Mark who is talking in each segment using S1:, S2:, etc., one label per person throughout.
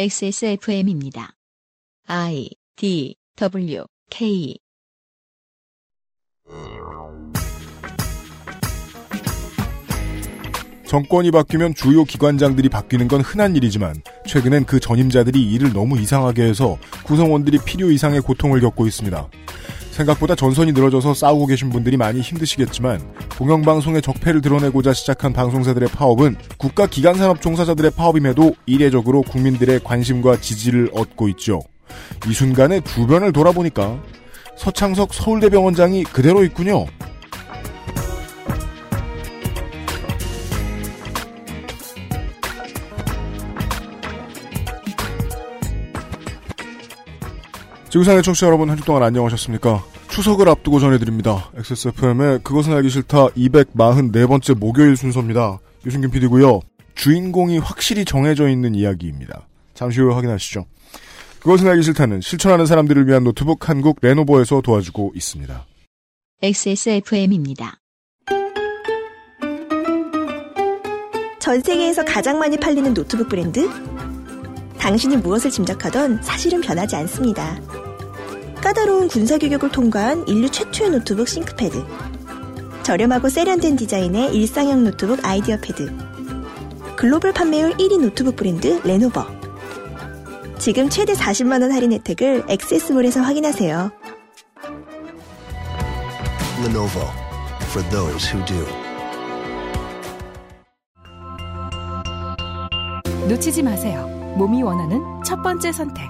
S1: XSFM입니다. I D W K
S2: 정권이 바뀌면 주요 기관장들이 바뀌는 건 흔한 일이지만 최근엔 그 전임자들이 일을 너무 이상하게 해서 구성원들이 필요 이상의 고통을 겪고 있습니다. 생각보다 전선이 늘어져서 싸우고 계신 분들이 많이 힘드시겠지만 공영방송의 적폐를 드러내고자 시작한 방송사들의 파업은 국가기관산업 종사자들의 파업임에도 이례적으로 국민들의 관심과 지지를 얻고 있죠. 이 순간에 주변을 돌아보니까 서창석 서울대병원장이 그대로 있군요. 지구상의 청취자 여러분 한 주 동안 안녕하셨습니까? 추석을 앞두고 전해드립니다. XSFM의 그것은 알기 싫다 244번째 목요일 순서입니다. 유승균 PD고요. 주인공이 확실히 정해져 있는 이야기입니다. 잠시 후에 확인하시죠. 그것은 알기 싫다는 실천하는 사람들을 위한 노트북 한국 레노버에서 도와주고 있습니다.
S1: XSFM입니다.
S3: 전 세계에서 가장 많이 팔리는 노트북 브랜드? 당신이 무엇을 짐작하던 사실은 변하지 않습니다. 까다로운 군사 규격을 통과한 인류 최초의 노트북 싱크패드. 저렴하고 세련된 디자인의 일상형 노트북 아이디어 패드. 글로벌 판매율 1위 노트북 브랜드 레노버. 지금 최대 40만원 할인 혜택을 액세스몰에서 확인하세요.
S4: Lenovo for those who do.
S5: 놓치지 마세요. 몸이 원하는 첫 번째 선택.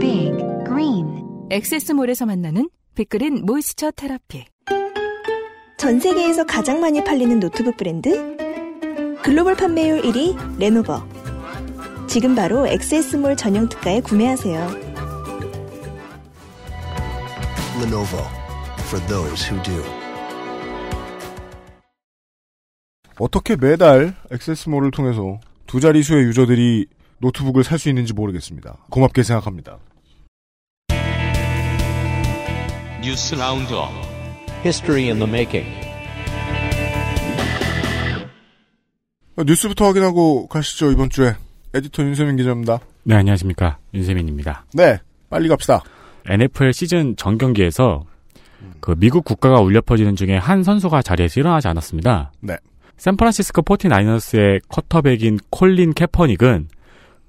S6: Big Green
S5: 액세스몰에서 만나는 빅그린 모이스처 테라피.
S3: 전 세계에서 가장 많이 팔리는 노트북 브랜드? 글로벌 판매율 1위 레노버. 지금 바로 XS몰 전용 특가에 구매하세요.
S4: Lenovo for those who do.
S2: 어떻게 매달 액세스몰을 통해서 두 자리수의 유저들이 노트북을 살 수 있는지 모르겠습니다. 고맙게 생각합니다.
S7: 뉴스 라운드업
S8: History in the making.
S2: 뉴스부터 확인하고 가시죠 이번 주에 에디터 윤세민 기자입니다.
S9: 네, 안녕하십니까. 윤세민입니다.
S2: 네, 빨리 갑시다.
S9: NFL 시즌 전 경기에서 그 미국 국가가 울려 퍼지는 중에 한 선수가 자리에서 일어나지 않았습니다.
S2: 네.
S9: 샌프란시스코 49너스의 커터백인 콜린 캐퍼닉은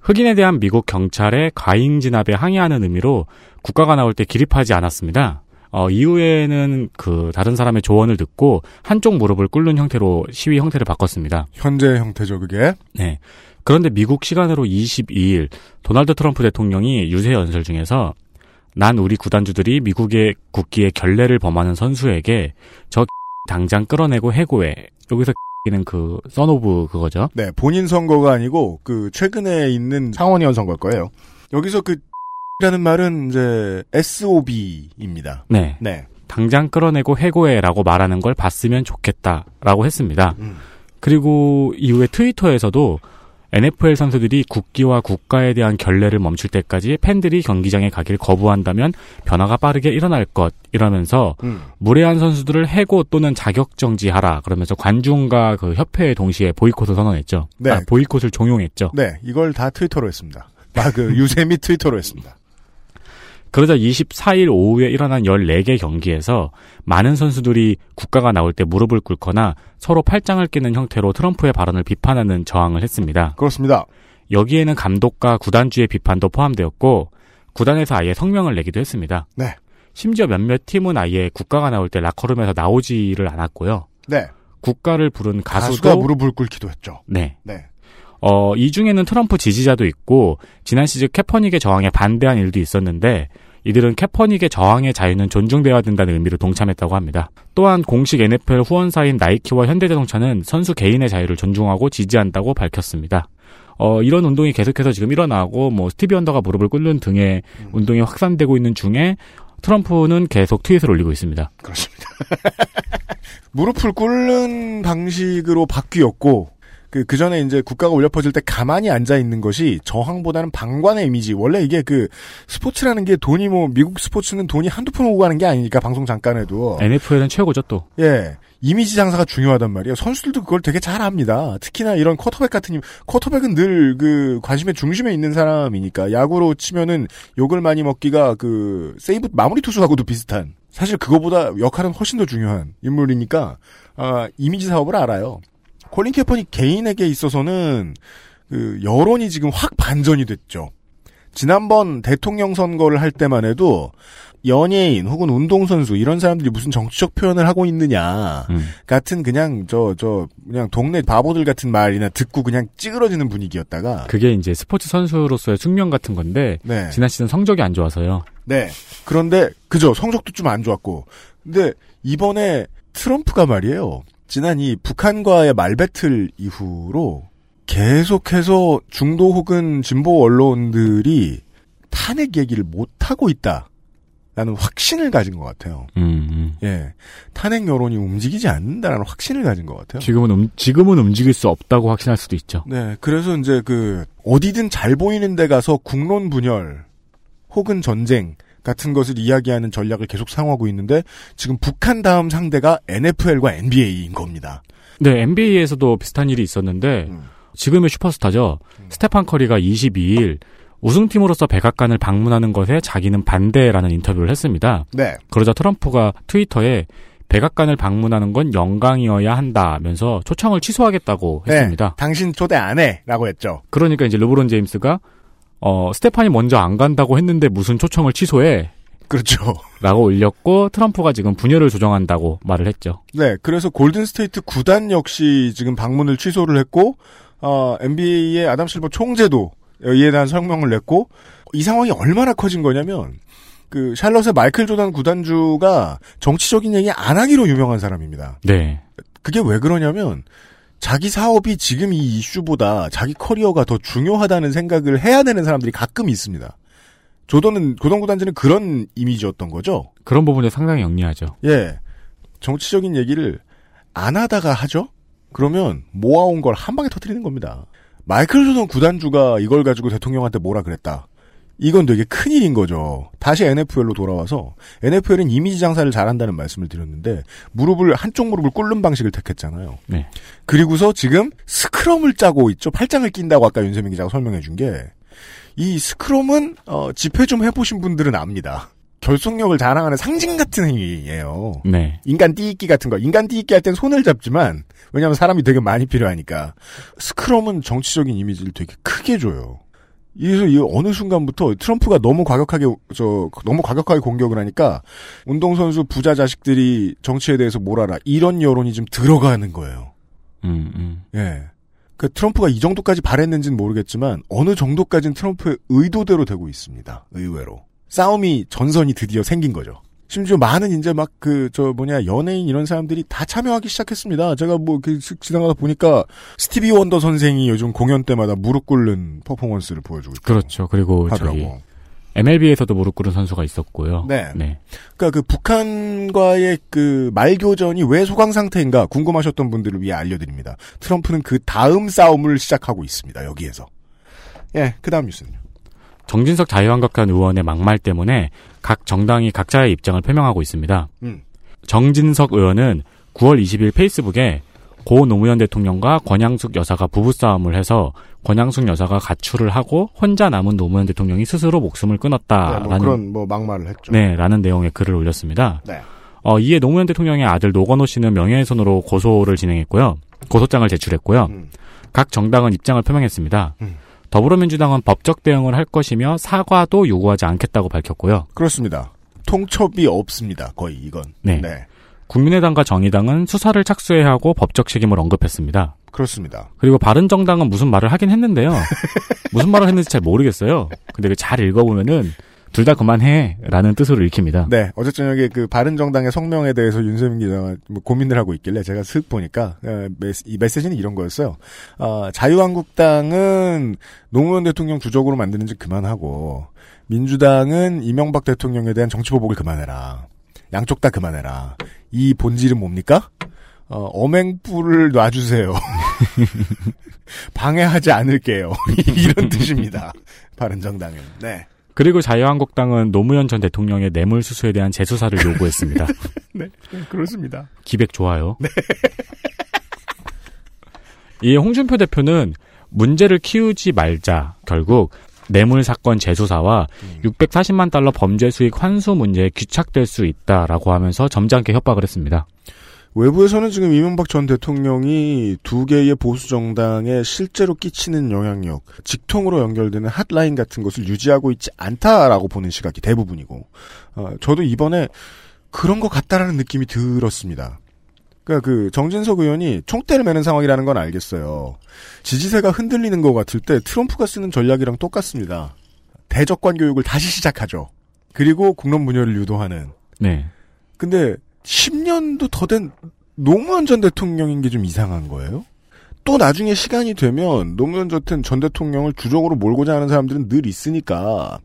S9: 흑인에 대한 미국 경찰의 과잉 진압에 항의하는 의미로 국가가 나올 때 기립하지 않았습니다. 어, 이후에는 그 다른 사람의 조언을 듣고 한쪽 무릎을 꿇는 형태로 시위 형태를 바꿨습니다.
S2: 현재 형태죠 그게.
S9: 네. 그런데 미국 시간으로 22일 도널드 트럼프 대통령이 유세 연설 중에서 난 우리 구단주들이 미국의 국기에 결례를 범하는 선수에게 저 당장 끌어내고 해고해. 여기서 는 그 써노브 그거죠.
S2: 네, 본인 선거가 아니고 그 최근에 있는 상원의원 선거일 거예요. 여기서 그 라는 말은 이제 SOB입니다.
S9: 네.
S2: 네.
S9: 당장 끌어내고 해고해라고 말하는 걸 봤으면 좋겠다라고 했습니다.
S2: 음.
S9: 그리고 이후에 트위터에서도 NFL 선수들이 국기와 국가에 대한 결례를 멈출 때까지 팬들이 경기장에 가길 거부한다면 변화가 빠르게 일어날 것 이러면서
S2: 음.
S9: 무례한 선수들을 해고 또는 자격 정지하라 그러면서 관중과 그 협회에 동시에 보이콧을 선언했죠.
S2: 네.
S9: 아, 보이콧을 종용했죠.
S2: 네, 이걸 다 트위터로 했습니다. 아, 그 유세미 트위터로 했습니다.
S9: 그러자 24일 오후에 일어난 14개 경기에서 많은 선수들이 국가가 나올 때 무릎을 꿇거나 서로 팔짱을 끼는 형태로 트럼프의 발언을 비판하는 저항을 했습니다.
S2: 그렇습니다.
S9: 여기에는 감독과 구단주의 비판도 포함되었고 구단에서 아예 성명을 내기도 했습니다.
S2: 네.
S9: 심지어 몇몇 팀은 아예 국가가 나올 때 라커룸에서 나오지를 않았고요.
S2: 네,
S9: 국가를 부른 가수도
S2: 가수가 무릎을 꿇기도 했죠.
S9: 네.
S2: 네,
S9: 어, 이 중에는 트럼프 지지자도 있고 지난 시즌 캐퍼닉의 저항에 반대한 일도 있었는데 이들은 캐퍼닉의 저항의 자유는 존중돼야 된다는 의미로 동참했다고 합니다. 또한 공식 NFL 후원사인 나이키와 현대자동차는 선수 개인의 자유를 존중하고 지지한다고 밝혔습니다. 어, 이런 운동이 계속해서 지금 일어나고 뭐 스티비 언더가 무릎을 꿇는 등의 운동이 확산되고 있는 중에 트럼프는 계속 트윗을 올리고 있습니다.
S2: 그렇습니다. 무릎을 꿇는 방식으로 바뀌었고 그, 그 전에 이제 국가가 올려 퍼질 때 가만히 앉아 있는 것이 저항보다는 방관의 이미지. 원래 이게 그 스포츠라는 게 돈이 뭐 미국 스포츠는 돈이 한두 푼 오고 가는 게 아니니까 방송 잠깐 해도.
S9: NFL은 최고죠 또.
S2: 예. 이미지 장사가 중요하단 말이에요. 선수들도 그걸 되게 잘 압니다. 특히나 이런 쿼터백 같은 님, 쿼터백은 늘 그 관심의 중심에 있는 사람이니까 야구로 치면은 욕을 많이 먹기가 그 세이브 마무리 투수하고도 비슷한. 사실 그거보다 역할은 훨씬 더 중요한 인물이니까 아, 이미지 사업을 알아요. 콜린 캐퍼니 개인에게 있어서는 그 여론이 지금 확 반전이 됐죠. 지난번 대통령 선거를 할 때만 해도 연예인 혹은 운동선수 이런 사람들이 무슨 정치적 표현을 하고 있느냐
S9: 음.
S2: 같은 그냥 저 저 그냥 동네 바보들 같은 말이나 듣고 그냥 찌그러지는 분위기였다가
S9: 그게 이제 스포츠 선수로서의 숙명 같은 건데
S2: 네.
S9: 지난 시즌 성적이 안 좋아서요.
S2: 네. 그런데 그죠. 성적도 좀 안 좋았고. 근데 이번에 트럼프가 말이에요. 지난 이 북한과의 말배틀 이후로 계속해서 중도 혹은 진보 언론들이 탄핵 얘기를 못 하고 있다. 라는 확신을 가진 것 같아요.
S9: 음, 음.
S2: 예. 탄핵 여론이 움직이지 않는다라는 확신을 가진 것 같아요.
S9: 지금은 음, 지금은 움직일 수 없다고 확신할 수도 있죠.
S2: 네, 그래서 이제 그 어디든 잘 보이는 데 가서 국론 분열 혹은 전쟁 같은 것을 이야기하는 전략을 계속 사용하고 있는데 지금 북한 다음 상대가 NFL과 NBA인 겁니다.
S9: 네, NBA에서도 비슷한 일이 있었는데
S2: 음.
S9: 지금의 슈퍼스타죠. 스테판 커리가 22일 우승팀으로서 백악관을 방문하는 것에 자기는 반대라는 인터뷰를 했습니다.
S2: 네,
S9: 그러자 트럼프가 트위터에 백악관을 방문하는 건 영광이어야 한다면서 초청을 취소하겠다고
S2: 네.
S9: 했습니다.
S2: 당신 초대 안 해라고 했죠.
S9: 그러니까 이제 르브론 제임스가 어, 스테판이 먼저 안 간다고 했는데 무슨 초청을 취소해?
S2: 그렇죠.
S9: 라고 올렸고 트럼프가 지금 분열을 조정한다고 말을 했죠.
S2: 네, 그래서 골든 스테이트 구단 역시 지금 방문을 취소를 했고 어, NBA의 아담 실버 총재도 이에 대한 성명을 냈고 이 상황이 얼마나 커진 거냐면 그 샬럿의 마이클 조던 구단주가 정치적인 얘기 안 하기로 유명한 사람입니다.
S9: 네.
S2: 그게 왜 그러냐면 자기 사업이 지금 이 이슈보다 자기 커리어가 더 중요하다는 생각을 해야 되는 사람들이 가끔 있습니다. 조던은 조던 구단주는 그런 이미지였던 거죠.
S9: 그런 부분에 상당히 영리하죠.
S2: 예. 정치적인 얘기를 안 하다가 하죠? 그러면 모아온 걸 한 방에 터뜨리는 겁니다. 마이클 조던 구단주가 이걸 가지고 대통령한테 뭐라 그랬다. 이건 되게 큰일인 거죠. 다시 NFL로 돌아와서 NFL은 이미지 장사를 잘한다는 말씀을 드렸는데 무릎을 한쪽 무릎을 꿇는 방식을 택했잖아요.
S9: 네.
S2: 그리고서 지금 스크럼을 짜고 있죠. 팔짱을 낀다고 아까 윤세민 기자가 설명해 준 게 이 스크럼은 어, 집회 좀 해보신 분들은 압니다. 결속력을 자랑하는 상징 같은 행위예요.
S9: 네.
S2: 인간 띠입기 같은 거. 인간 띠입기 할 땐 손을 잡지만, 왜냐면 하 사람이 되게 많이 필요하니까. 스크럼은 정치적인 이미지를 되게 크게 줘요. 그래서 이 어느 순간부터 트럼프가 너무 과격하게, 저, 너무 과격하게 공격을 하니까, 운동선수 부자 자식들이 정치에 대해서 뭘 알아. 이런 여론이 좀 들어가는 거예요.
S9: 음, 음.
S2: 예. 그 트럼프가 이 정도까지 바랬는지는 모르겠지만, 어느 정도까지는 트럼프의 의도대로 되고 있습니다. 의외로. 싸움이, 전선이 드디어 생긴 거죠. 심지어 많은 이제 막 그 저 뭐냐 연예인 이런 사람들이 다 참여하기 시작했습니다. 제가 뭐그 지나가다 보니까 스티비 원더 선생이 요즘 공연 때마다 무릎 꿇는 퍼포먼스를 보여주고 있다고
S9: 그렇죠. 그리고 저기
S2: 하더라고.
S9: MLB에서도 무릎 꿇은 선수가 있었고요.
S2: 뭐. 네. 그러니까 그 북한과의 그 말교전이 왜 소강 상태인가 궁금하셨던 분들을 위해 알려드립니다. 트럼프는 그 다음 싸움을 시작하고 있습니다. 여기에서 예 그다음 뉴스는요.
S9: 정진석 자유한국당 의원의 막말 때문에 각 정당이 각자의 입장을 표명하고 있습니다.
S2: 음.
S9: 정진석 의원은 9월 20일 페이스북에 고 노무현 대통령과 권양숙 여사가 부부싸움을 해서 권양숙 여사가 가출을 하고 혼자 남은 노무현 대통령이 스스로 목숨을
S2: 네,
S9: 끊었다라는
S2: 뭐 그런 뭐 막말을 했죠.
S9: 아, 네, 라는 내용의 글을 올렸습니다.
S2: 네.
S9: 어, 이에 노무현 대통령의 아들 노건호 씨는 명예훼손으로 고소를 진행했고요. 고소장을 제출했고요.
S2: 음.
S9: 각 정당은 입장을 표명했습니다.
S2: 음.
S9: 더불어민주당은 법적 대응을 할 것이며 사과도 요구하지 않겠다고 밝혔고요.
S2: 그렇습니다. 통첩이 없습니다. 거의 이건.
S9: 네.
S2: 네.
S9: 국민의당과 정의당은 수사를 착수해야 하고 법적 책임을 언급했습니다.
S2: 그렇습니다.
S9: 그리고 바른정당은 무슨 말을 하긴 했는데요. 무슨 말을 했는지 잘 모르겠어요. 근데 그잘 읽어보면은 둘 다 그만해라는 뜻으로 읽힙니다.
S2: 네, 어제 저녁에 그 바른정당의 성명에 대해서 윤세민 기자가 뭐 고민을 하고 있길래 제가 슥 보니까 어, 메시, 이 메시지는 이런 거였어요. 아, 자유한국당은 노무현 대통령 주적으로 만드는 짓 그만하고 민주당은 이명박 대통령에 대한 정치 보복을 그만해라. 양쪽 다 그만해라. 이 본질은 뭡니까? 어, 엄행불을 놔주세요. 방해하지 않을게요. 이런 뜻입니다. 바른정당은. 네.
S9: 그리고 자유한국당은 노무현 전 대통령의 뇌물 수수에 대한 재수사를 요구했습니다.
S2: 네. 그렇습니다.
S9: 기백 좋아요. 이 홍준표 대표는 문제를 키우지 말자 결국 뇌물 사건 재수사와 640만 달러 범죄 수익 환수 문제에 귀착될 수 있다라고 하면서 점잖게 협박을 했습니다.
S2: 외부에서는 지금 이명박 전 대통령이 두 개의 보수 정당에 실제로 끼치는 영향력, 직통으로 연결되는 핫라인 같은 것을 유지하고 있지 않다라고 보는 시각이 대부분이고, 어, 저도 이번에 그런 것 같다라는 느낌이 들었습니다. 그러니까 그 정진석 의원이 총대를 매는 상황이라는 건 알겠어요. 지지세가 흔들리는 것 같을 때 트럼프가 쓰는 전략이랑 똑같습니다. 대적관 교육을 다시 시작하죠. 그리고 국론 분열을 유도하는.
S9: 네.
S2: 근데 10년도 더 된 노무현 전 대통령인 게 좀 이상한 거예요. 또 나중에 시간이 되면 노무현 전- 전 대통령을 주적으로 몰고자 하는 사람들은 늘 있으니까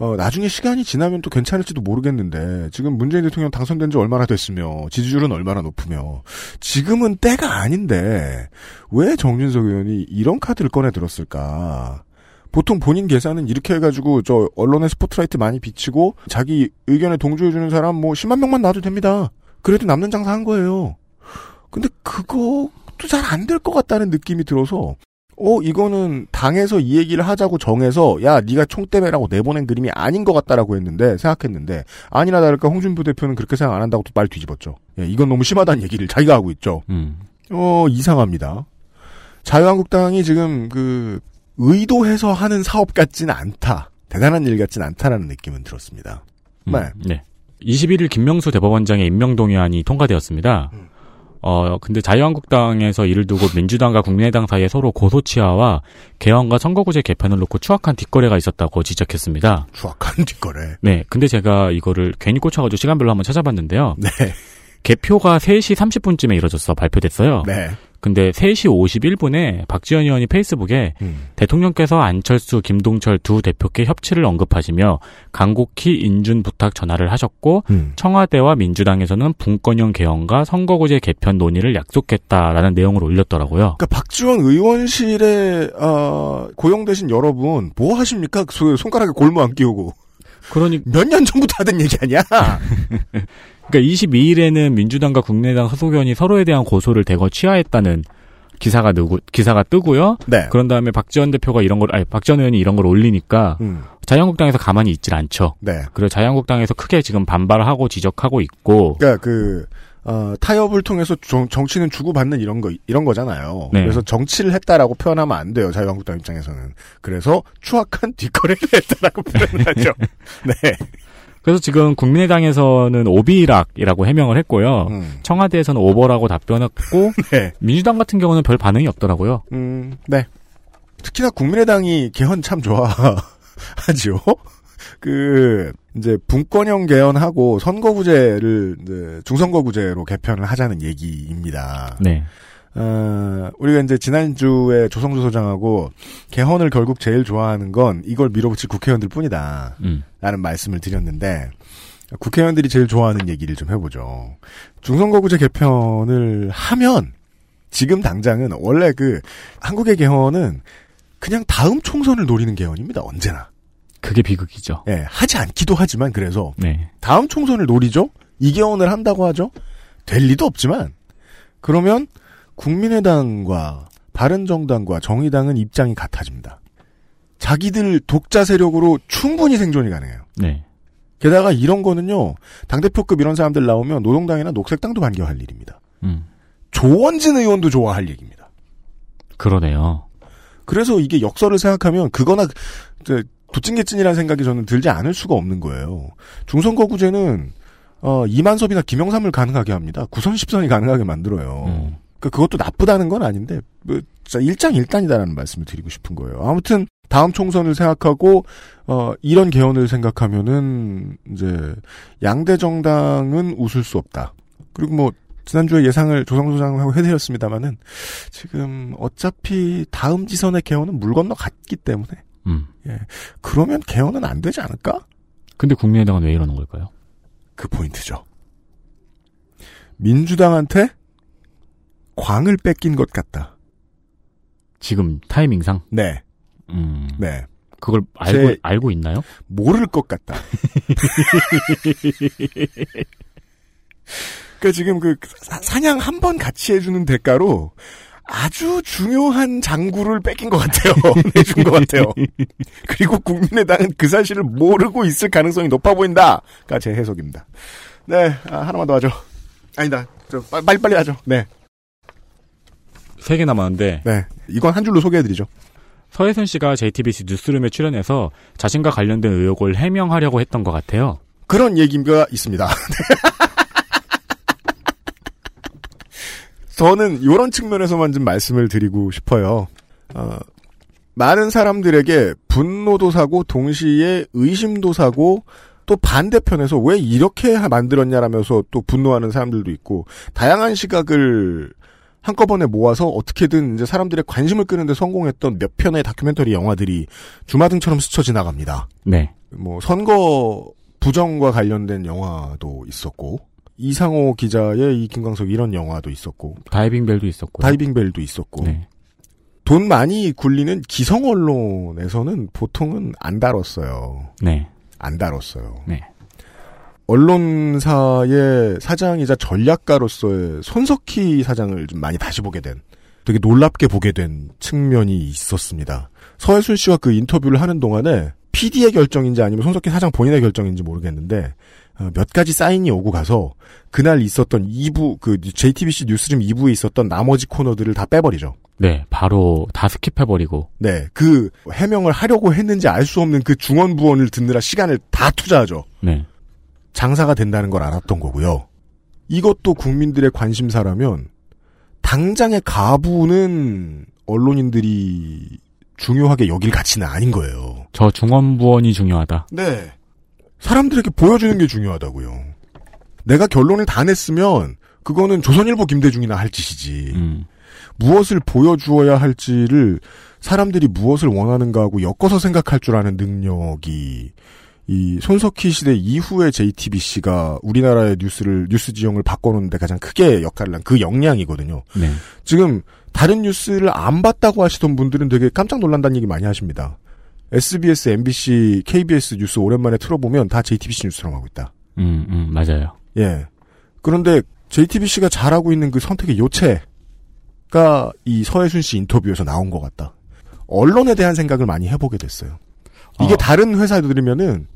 S2: 어, 나중에 시간이 지나면 또 괜찮을지도 모르겠는데 지금 문재인 대통령 당선된 지 얼마나 됐으며 지지율은 얼마나 높으며 지금은 때가 아닌데 왜 정진석 의원이 이런 카드를 꺼내 들었을까? 보통 본인 계산은 이렇게 해가지고 저 언론에 스포트라이트 많이 비치고 자기 의견에 동조해주는 사람 뭐 10만 명만 놔도 됩니다. 그래도 남는 장사 한 거예요. 근데 그것도 잘 안 될 것 같다는 느낌이 들어서 어 이거는 당에서 이 얘기를 하자고 정해서 야 네가 총대매라고 내보낸 그림이 아닌 것 같다라고 했는데 생각했는데 아니나 다를까 홍준표 대표는 그렇게 생각 안 한다고 또 말 뒤집었죠. 예, 이건 너무 심하다는 얘기를 자기가 하고 있죠.
S9: 음.
S2: 어, 이상합니다. 자유한국당이 지금 그 의도해서 하는 사업 같진 않다. 대단한 일 같진 않다라는 느낌은 들었습니다.
S9: 음,
S2: 네.
S9: 네. 21일 김명수 대법원장의 임명동의안이 통과되었습니다. 어, 근데 자유한국당에서 이를 두고 민주당과 국민의당 사이에 서로 고소치하와 개헌과 선거구제 개편을 놓고 추악한 뒷거래가 있었다고 지적했습니다.
S2: 추악한 뒷거래.
S9: 네. 근데 제가 이거를 괜히 꽂혀가지고 시간별로 한번 찾아봤는데요.
S2: 네,
S9: 개표가 3시 30분쯤에 이뤄져서 발표됐어요.
S2: 네.
S9: 근데 3시 51분에 박지원 의원이 페이스북에
S2: 음.
S9: 대통령께서 안철수, 김동철 두 대표께 협치를 언급하시며 간곡히 인준 부탁 전화를 하셨고
S2: 음.
S9: 청와대와 민주당에서는 분권형 개헌과 선거구제 개편 논의를 약속했다라는 내용을 올렸더라고요.
S2: 그러니까 박지원 의원실에 어, 고용되신 여러분 뭐 하십니까? 그 손가락에 골무 안 끼우고
S9: 그러니
S2: 몇 년 전부터 하던 얘기 아니야?
S9: 음. 그러니까 22일에는 민주당과 국민의당 소속의원이 서로에 대한 고소를 대거 취하했다는 기사가 누구 기사가 뜨고요.
S2: 네.
S9: 그런 다음에 박지원 대표가 이런 걸 아니 박지원 의원이 이런 걸 올리니까
S2: 음,
S9: 자유한국당에서 가만히 있질 않죠.
S2: 네.
S9: 그리고 자유한국당에서 크게 지금 반발하고 지적하고 있고
S2: 그러니까 그 어, 타협을 통해서 정, 치는 주고받는 이런 거 이런 거잖아요.
S9: 네.
S2: 그래서 정치를 했다라고 표현하면 안 돼요. 자유한국당 입장에서는. 그래서 추악한 뒷거래를 했다라고 표현을 하죠. 네.
S9: 그래서 지금 국민의당에서는 오비락이라고 해명을 했고요.
S2: 음.
S9: 청와대에서는 오버라고 답변했고
S2: 네.
S9: 민주당 같은 경우는 별 반응이 없더라고요.
S2: 음, 네. 특히나 국민의당이 개헌 참 좋아하죠. 그 이제 분권형 개헌하고 선거구제를 이제 중선거구제로 개편을 하자는 얘기입니다.
S9: 네.
S2: 어, 우리가 이제 지난주에 조성주 소장하고 개헌을 결국 제일 좋아하는 건 이걸 밀어붙일 국회의원들 뿐이다.
S9: 음.
S2: 라는 말씀을 드렸는데, 국회의원들이 제일 좋아하는 얘기를 좀 해보죠. 중선거구제 개편을 하면, 지금 당장은 원래 그 한국의 개헌은 그냥 다음 총선을 노리는 개헌입니다. 언제나.
S9: 그게 비극이죠.
S2: 예, 하지 않기도 하지만 그래서
S9: 네.
S2: 다음 총선을 노리죠. 이개원을 한다고 하죠. 될 리도 없지만 그러면 국민의당과 바른정당과 정의당은 입장이 같아집니다. 자기들 독자 세력으로 충분히 생존이 가능해요.
S9: 네.
S2: 게다가 이런 거는요 당대표급 이런 사람들 나오면 노동당이나 녹색당도 반겨할 일입니다.
S9: 음.
S2: 조원진 의원도 좋아할 얘기입니다.
S9: 그러네요.
S2: 그래서 이게 역설을 생각하면 그거나 이제 도찐개찐이라는 생각이 저는 들지 않을 수가 없는 거예요. 중선거구제는 어, 이만섭이나 김영삼을 가능하게 합니다. 구선 10선이 가능하게 만들어요.
S9: 음.
S2: 그것도 나쁘다는 건 아닌데 뭐, 진짜 일장일단이다라는 말씀을 드리고 싶은 거예요. 아무튼 다음 총선을 생각하고 어, 이런 개헌을 생각하면은 이제 양대 정당은 웃을 수 없다. 그리고 뭐 지난주에 예상을 조성소장하고 해드렸습니다마는 지금 어차피 다음 지선의 개헌은 물 건너 갔기 때문에
S9: 음.
S2: 그러면 개헌은 안 되지 않을까?
S9: 근데 국민의당은 왜 이러는 걸까요?
S2: 그 포인트죠. 민주당한테 광을 뺏긴 것 같다.
S9: 지금 타이밍상
S2: 네,
S9: 음,
S2: 네.
S9: 그걸 알고
S2: 제-
S9: 알고 있나요?
S2: 모를 것 같다. 그러니까 지금 그 사- 사냥 한 번 같이 해주는 대가로 아주 중요한 장구를 뺏긴 것 같아요. 내준 것 같아요. 그리고 국민의당은 그 사실을 모르고 있을 가능성이 높아 보인다.가 제 해석입니다. 네, 아, 하나만 더 하죠. 아니다. 좀 빨- 빨리빨리 하죠. 네,
S9: 세 개 남았는데
S2: 네. 이건 한 줄로 소개해드리죠.
S9: 서혜선 씨가 JTBC 뉴스룸에 출연해서 자신과 관련된 의혹을 해명하려고 했던 것 같아요.
S2: 그런 얘기가 있습니다. 저는 이런 측면에서만 좀 말씀을 드리고 싶어요. 어, 많은 사람들에게 분노도 사고 동시에 의심도 사고 또 반대편에서 왜 이렇게 하- 만들었냐라면서 또 분노하는 사람들도 있고 다양한 시각을 한꺼번에 모아서 어떻게든 이제 사람들의 관심을 끄는데 성공했던 몇 편의 다큐멘터리 영화들이 주마등처럼 스쳐 지나갑니다.
S9: 네.
S2: 뭐 선거 부정과 관련된 영화도 있었고 이상호 기자의 이 김광석 이런 영화도 있었고
S9: 다이빙 벨도 있었고.
S2: 다이빙 벨도 있었고
S9: 그렇죠. 네.
S2: 돈 많이 굴리는 기성 언론에서는 보통은 안 다뤘어요.
S9: 네.
S2: 안 다뤘어요.
S9: 네.
S2: 언론사의 사장이자 전략가로서의 손석희 사장을 좀 많이 다시 보게 된 되게 놀랍게 보게 된 측면이 있었습니다. 서해순 씨와 그 인터뷰를 하는 동안에 PD의 결정인지 아니면 손석희 사장 본인의 결정인지 모르겠는데 어, 몇 가지 사인이 오고 가서 그날 있었던 2부 그 JTBC 뉴스룸 2부에 있었던 나머지 코너들을 다 빼버리죠.
S9: 네. 바로 다 스킵해버리고.
S2: 네, 그 해명을 하려고 했는지 알 수 없는 그 중언부언을 듣느라 시간을 다 투자하죠.
S9: 네.
S2: 장사가 된다는 걸 알았던 거고요. 이것도 국민들의 관심사라면 당장의 가부는 언론인들이 중요하게 여길 가치는 아닌 거예요.
S9: 저 중원부원이 중요하다.
S2: 네. 사람들에게 보여주는 게 중요하다고요. 내가 결론을 다 냈으면 그거는 조선일보 김대중이나 할 짓이지.
S9: 음.
S2: 무엇을 보여주어야 할지를 사람들이 무엇을 원하는가 하고 엮어서 생각할 줄 아는 능력이 이 손석희 시대 이후의 JTBC가 우리나라의 뉴스를 뉴스 지형을 바꿔놓는데 가장 크게 역할을 한 그 역량이거든요.
S9: 네.
S2: 지금 다른 뉴스를 안 봤다고 하시던 분들은 되게 깜짝 놀란다는 얘기 많이 하십니다. SBS, MBC, KBS 뉴스 오랜만에 틀어보면 다 JTBC 뉴스처럼 하고 있다.
S9: 음, 음, 맞아요.
S2: 예. 그런데 JTBC가 잘하고 있는 그 선택의 요체가 이 서해순 씨 인터뷰에서 나온 것 같다. 언론에 대한 생각을 많이 해보게 됐어요. 이게
S9: 어.
S2: 다른 회사들이면은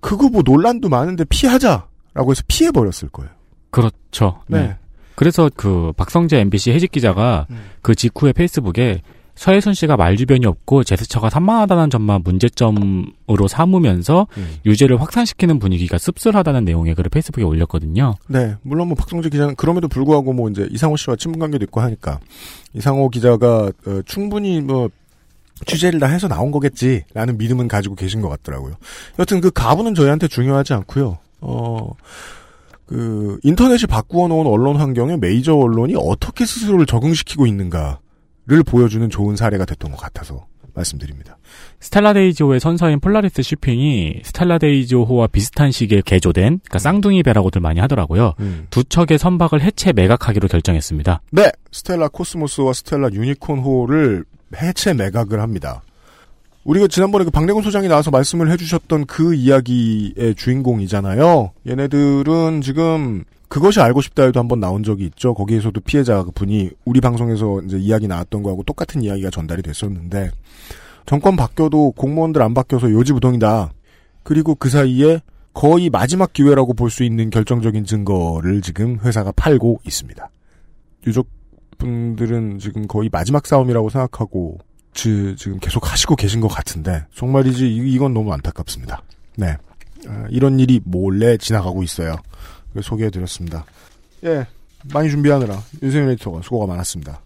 S2: 그거 뭐 논란도 많은데 피하자라고 해서 피해 버렸을 거예요.
S9: 그렇죠. 네. 그래서 그 박성재 MBC 해직 기자가 그 직후에 페이스북에 서혜순 씨가 말주변이 없고 제스처가 산만하다는 점만 문제점으로 삼으면서
S2: 음.
S9: 유죄를 확산시키는 분위기가 씁쓸하다는 내용의 글을 페이스북에 올렸거든요.
S2: 네, 물론 뭐 박성재 기자는 그럼에도 불구하고 뭐 이제 이상호 씨와 친분 관계도 있고 하니까 이상호 기자가 어, 충분히 뭐 취재를 다 해서 나온 거겠지라는 믿음은 가지고 계신 것 같더라고요. 여튼 그 가부는 저희한테 중요하지 않고요. 어. 그 인터넷이 바꾸어 놓은 언론 환경에 메이저 언론이 어떻게 스스로를 적응시키고 있는가를 보여주는 좋은 사례가 됐던 것 같아서 말씀드립니다.
S9: 스텔라데이지호의 선사인 폴라리스 쇼핑이 스텔라데이지호와 비슷한 시기에 개조된 그러니까 쌍둥이 배라고들 많이 하더라고요.
S2: 음.
S9: 두 척의 선박을 해체 매각하기로 결정했습니다.
S2: 네, 스텔라 코스모스와 스텔라 유니콘호를 해체 매각을 합니다. 우리가 지난번에 그 박래곤 소장이 나와서 말씀을 해주셨던 그 이야기의 주인공이잖아요. 얘네들은 지금 그것이 알고 싶다 해도 한번 나온 적이 있죠. 거기에서도 피해자 분이 우리 방송에서 이제 이야기 나왔던 거하고 똑같은 이야기가 전달이 됐었는데 정권 바뀌어도 공무원들 안 바뀌어서 요지부동이다. 그리고 그 사이에 거의 마지막 기회라고 볼 수 있는 결정적인 증거를 지금 회사가 팔고 있습니다. 유족분들은 지금 거의 마지막 싸움이라고 생각하고 지, 금 계속 하시고 계신 것 같은데 정말이지 이, 건 너무 안타깝습니다. 네, 아, 이런 일이 몰래 지나가고 있어요. 그래서 소개해드렸습니다. 예, 많이 준비하느라 윤세민 에디터가 수고가 많았습니다.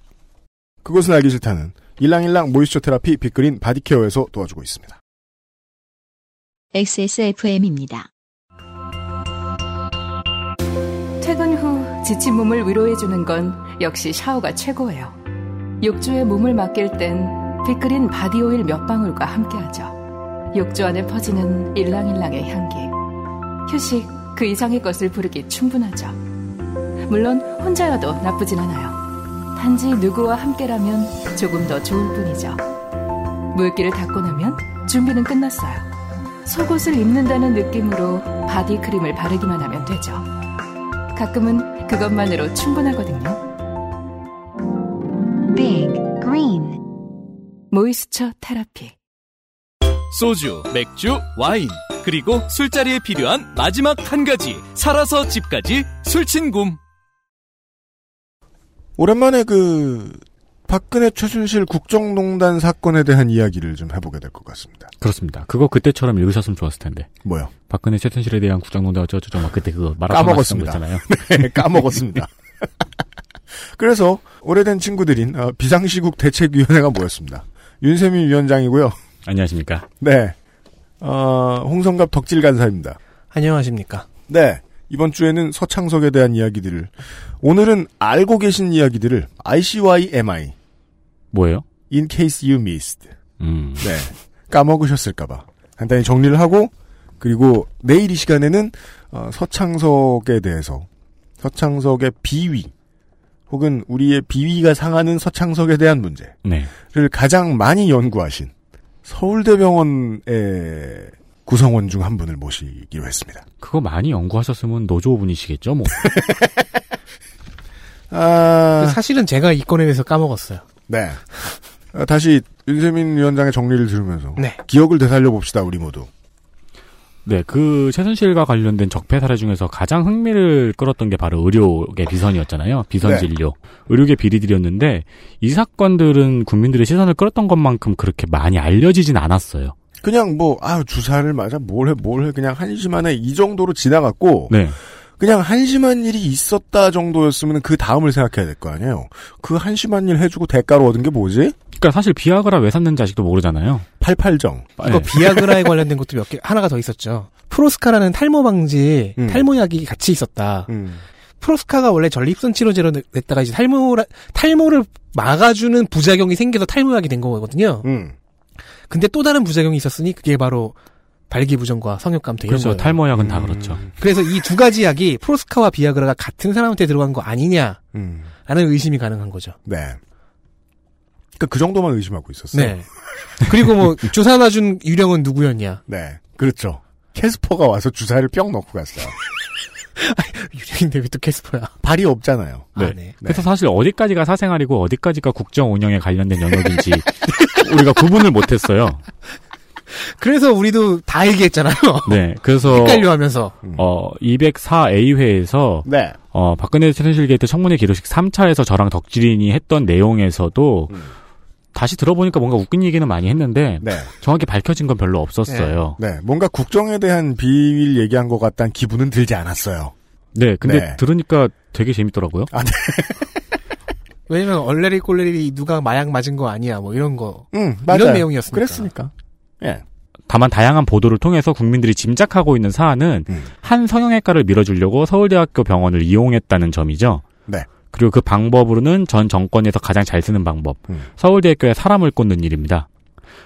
S2: 그것은 알기 싫다는 일랑일랑 모이스처 테라피 빅그린 바디케어에서 도와주고 있습니다.
S1: XSFM입니다.
S5: 퇴근 후 지친 몸을 위로해주는 건 역시 샤워가 최고예요. 욕조에 몸을 맡길 땐 빅그린 바디오일 몇 방울과 함께하죠. 욕조 안에 퍼지는 일랑일랑의 향기. 휴식, 그 이상의 것을 부르기 충분하죠. 물론 혼자여도 나쁘진 않아요. 단지 누구와 함께라면 조금 더 좋을 뿐이죠. 물기를 닦고 나면 준비는 끝났어요. 속옷을 입는다는 느낌으로 바디 크림을 바르기만 하면 되죠. 가끔은 그것만으로 충분하거든요.
S6: Big Green.
S5: 모이스처 테라피.
S10: 소주, 맥주, 와인, 그리고 술자리에 필요한 마지막 한 가지. 살아서 집까지 술친굼.
S2: 오랜만에 그 박근혜 최순실 국정농단 사건에 대한 이야기를 좀 해보게 될 것 같습니다.
S9: 그렇습니다. 그거 그때처럼 읽으셨으면 좋았을 텐데.
S2: 뭐요?
S9: 박근혜 최순실에 대한 국정농단 어쩌고저쩌고 막 그때 그거 말하고
S2: 까먹었습니다. 네.
S9: 있잖아요.
S2: 까먹었습니다. 그래서 오래된 친구들인 어, 비상시국 대책위원회가 모였습니다. 윤세민 위원장이고요.
S9: 안녕하십니까.
S2: 네, 어, 홍성갑 덕질 간사입니다.
S11: 안녕하십니까.
S2: 네. 이번 주에는 서창석에 대한 이야기들을 오늘은 알고 계신 이야기들을 ICYMI
S9: 뭐예요?
S2: In Case You Missed
S9: 음.
S2: 네. 까먹으셨을까봐. 간단히 정리를 하고, 그리고 내일 이 시간에는, 어, 서창석에 대해서, 서창석의 비위, 혹은 우리의 비위가 상하는 서창석에 대한 문제를
S9: 네.
S2: 가장 많이 연구하신 서울대병원의 구성원 중 한 분을 모시기로 했습니다.
S9: 그거 많이 연구하셨으면 노조분이시겠죠, 뭐.
S2: 아,
S11: 그 사실은 제가 이 건에 대해서 까먹었어요.
S2: 네. 아, 다시 윤세민 위원장의 정리를 들으면서
S11: 네.
S2: 기억을 되살려 봅시다, 우리 모두.
S9: 네, 그 최순실과 관련된 적폐 사례 중에서 가장 흥미를 끌었던 게 바로 의료계 비선이었잖아요. 비선
S2: 네.
S9: 진료. 의료계 비리들이었는데 이 사건들은 국민들의 시선을 끌었던 것만큼 그렇게 많이 알려지진 않았어요.
S2: 그냥 뭐, 아 주사를 맞아, 뭘 해, 뭘 해, 그냥 한심하네, 이 정도로
S11: 뭐.
S2: 지나갔고,
S9: 네.
S2: 그냥 한심한 일이 있었다 정도였으면 그 다음을 생각해야 될 거 아니에요? 그 한심한 일 해주고 대가로 얻은 게 뭐지?
S9: 그러니까 사실 비아그라 왜 샀는지 아직도 모르잖아요.
S2: 팔팔정.
S11: 이거
S9: 네.
S11: 비아그라에 관련된 것도 몇 개, 하나가 더 있었죠. 프로스카라는 탈모 방지,
S2: 음.
S11: 탈모약이 같이 있었다.
S2: 음.
S11: 프로스카가 원래 전립선 치료제로 내- 냈다가 이제 탈모, 탈모를 막아주는 부작용이 생겨서 탈모약이 된 거거든요.
S2: 음.
S11: 근데 또 다른 부작용이 있었으니 그게 바로 발기부전과 성욕감퇴 이런
S9: 그렇죠.
S11: 거예요.
S9: 탈모약은 다
S11: 음.
S9: 그렇죠.
S11: 그래서 이 두 가지 약이 프로스카와 비아그라가 같은 사람한테 들어간 거 아니냐라는
S2: 음.
S11: 의심이 가능한 거죠.
S2: 네. 그니까 그 정도만 의심하고 있었어요.
S11: 네. 그리고 뭐 주사 놔준 유령은 누구였냐?
S2: 네. 그렇죠. 캐스퍼가 와서 주사를 뿅 넣고 갔어요.
S11: 유령인데 왜 또 캐스퍼야?
S2: 발이 없잖아요.
S11: 아,
S9: 네.
S11: 네.
S9: 그래서 사실 어디까지가 사생활이고 어디까지가 국정 운영에 관련된 영역인지 우리가 구분을 못했어요.
S11: 그래서 우리도 다 얘기했잖아요.
S9: 네. 그래서
S11: 헷갈려하면서
S9: 어 204A 회에서
S2: 네.
S9: 어, 박근혜 최순실 게이트 청문회 기록식 3차에서 저랑 덕질인이 했던 내용에서도 다시 들어보니까 뭔가 웃긴 얘기는 많이 했는데
S2: 음. 네.
S9: 정확히 밝혀진 건 별로 없었어요.
S2: 네. 뭔가 국정에 대한 비위를 얘기한 것 같다는 기분은 들지 않았어요.
S9: 네, 근데
S2: 네. 아.
S9: 들으니까 되게 재밌더라고요.
S11: 왜냐면 얼레리 꼴레리 누가 마약 맞은 거 아니야 뭐 이런 거
S2: 음, 맞아요.
S11: 이런 내용이었으니까.
S2: 그랬으니까. 예.
S9: 다만 다양한 보도를 통해서 국민들이 짐작하고 있는 사안은
S2: 음.
S9: 한 성형외과를 밀어주려고 서울대학교 병원을 이용했다는 점이죠.
S2: 네.
S9: 그리고 그 방법으로는 전 정권에서 가장 잘 쓰는 방법,
S2: 음.
S9: 서울대학교에 사람을 꽂는 일입니다.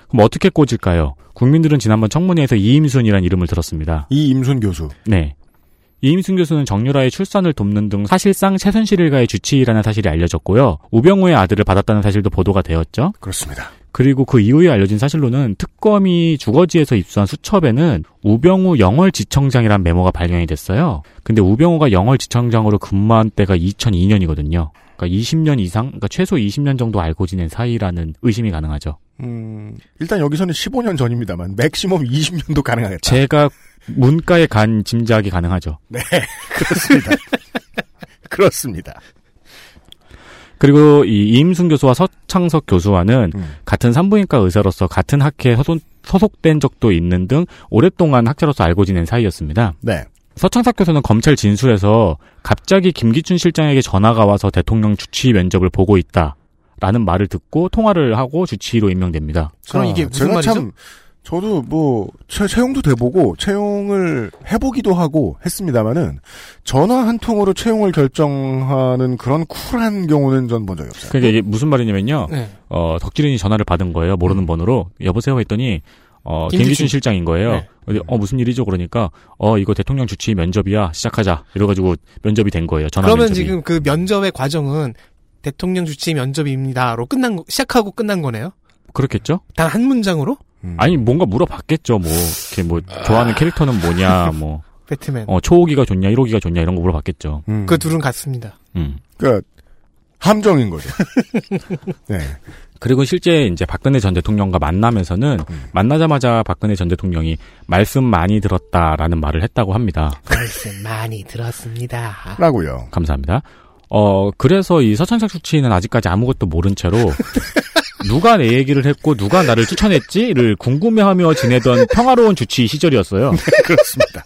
S9: 그럼 어떻게 꽂을까요? 국민들은 지난번 청문회에서 이임순이라는 이름을 들었습니다.
S2: 이 임순 교수.
S9: 네. 이임순 교수는 정유라의 출산을 돕는 등 사실상 최순실 일가의 주치의라는 사실이 알려졌고요. 우병우의 아들을 받았다는 사실도 보도가 되었죠.
S2: 그렇습니다.
S9: 그리고 그 이후에 알려진 사실로는 특검이 주거지에서 입수한 수첩에는 우병우 영월지청장이란 메모가 발견이 됐어요. 근데 우병우가 영월지청장으로 근무한 때가 2002년이거든요. 그러니까 20년 이상, 그러니까 최소 20년 정도 알고 지낸 사이라는 의심이 가능하죠.
S2: 음, 일단 여기서는 15년 전입니다만, 맥시멈 20년도 가능하겠다.
S9: 제가 문과에 간 짐작이 가능하죠.
S2: 그렇습니다. 그렇습니다.
S9: 그리고 이 이임순 교수와 서창석 교수와는
S2: 음.
S9: 같은 산부인과 의사로서 같은 학회에 소속, 소속된 적도 있는 등 오랫동안 학자로서 알고 지낸 사이였습니다.
S2: 네.
S9: 서창석 교수는 검찰 진술에서 갑자기 김기춘 실장에게 전화가 와서 대통령 주치의 면접을 보고 있다. 라는 말을 듣고 통화를 하고 주치의로 임명됩니다.
S11: 그럼 이게 무슨
S2: 아, 제가
S11: 말이죠?
S2: 참 저도 뭐 채, 채용도 돼보고 채용을 해보기도 하고 했습니다마는 전화 한 통으로 채용을 결정하는 그런 쿨한 경우는 전 본 적이 없어요.
S9: 그러니까 이게 무슨 말이냐면요.
S11: 네.
S9: 어, 덕질인이 전화를 받은 거예요. 모르는 번호로. 여보세요 했더니 어,
S11: 음. 김기춘.
S9: 김기춘 실장인 거예요.
S11: 네.
S9: 어디, 어, 무슨 일이죠? 그러니까 어, 이거 대통령 주치의 아, 면접이야. 시작하자. 이래 가지고 면접이 된 거예요. 전화
S11: 그러면
S9: 면접이.
S11: 지금 그 면접의 과정은 대통령 주치 면접입니다로 끝난 거, 시작하고 끝난 거네요.
S9: 그렇겠죠?
S11: 단 한 문장으로?
S2: 음.
S9: 아니 뭔가 물어봤겠죠. 뭐 이렇게 뭐 좋아하는 캐릭터는 뭐냐, 뭐
S11: 배트맨.
S9: 어, 초호기가 좋냐, 1호기가 좋냐 이런 거 물어봤겠죠.
S11: 그 둘은 같습니다.
S9: 음.
S2: 음. 그러니까 함정인 거죠. 네.
S9: 그리고 실제 이제 박근혜 전 대통령과 만나면서는
S11: 음.
S9: 만나자마자 박근혜 전 대통령이 말씀 많이 들었다라는 말을 했다고 합니다.
S11: 말씀 많이 들었습니다.
S2: 라고요.
S9: 감사합니다. 어, 그래서 이 서천석 수치는 아직까지 아무것도 모른 채로 누가 내 얘기를 했고 누가 나를 추천했지를 궁금해하며 지내던 평화로운 주치 시절이었어요.
S2: 그렇습니다.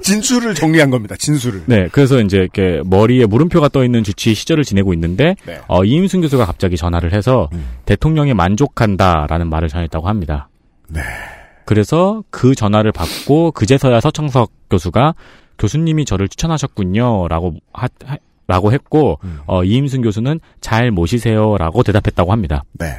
S2: 진술을 정리한 겁니다. 진술을.
S9: 네, 그래서 이제 이렇게 머리에 물음표가 떠 있는 주치 시절을 지내고 있는데
S2: 네. 음.
S9: 어, 이임순 교수가 갑자기 전화를 해서 대통령이 만족한다라는 말을 전했다고 합니다.
S2: 네.
S9: 그래서 그 전화를 받고 그제서야 서청석 교수가 교수님이 저를 추천하셨군요라고 하, 하- 라고 했고
S2: 음.
S9: 어, 이임순 교수는 잘 모시세요라고 대답했다고 합니다.
S2: 네.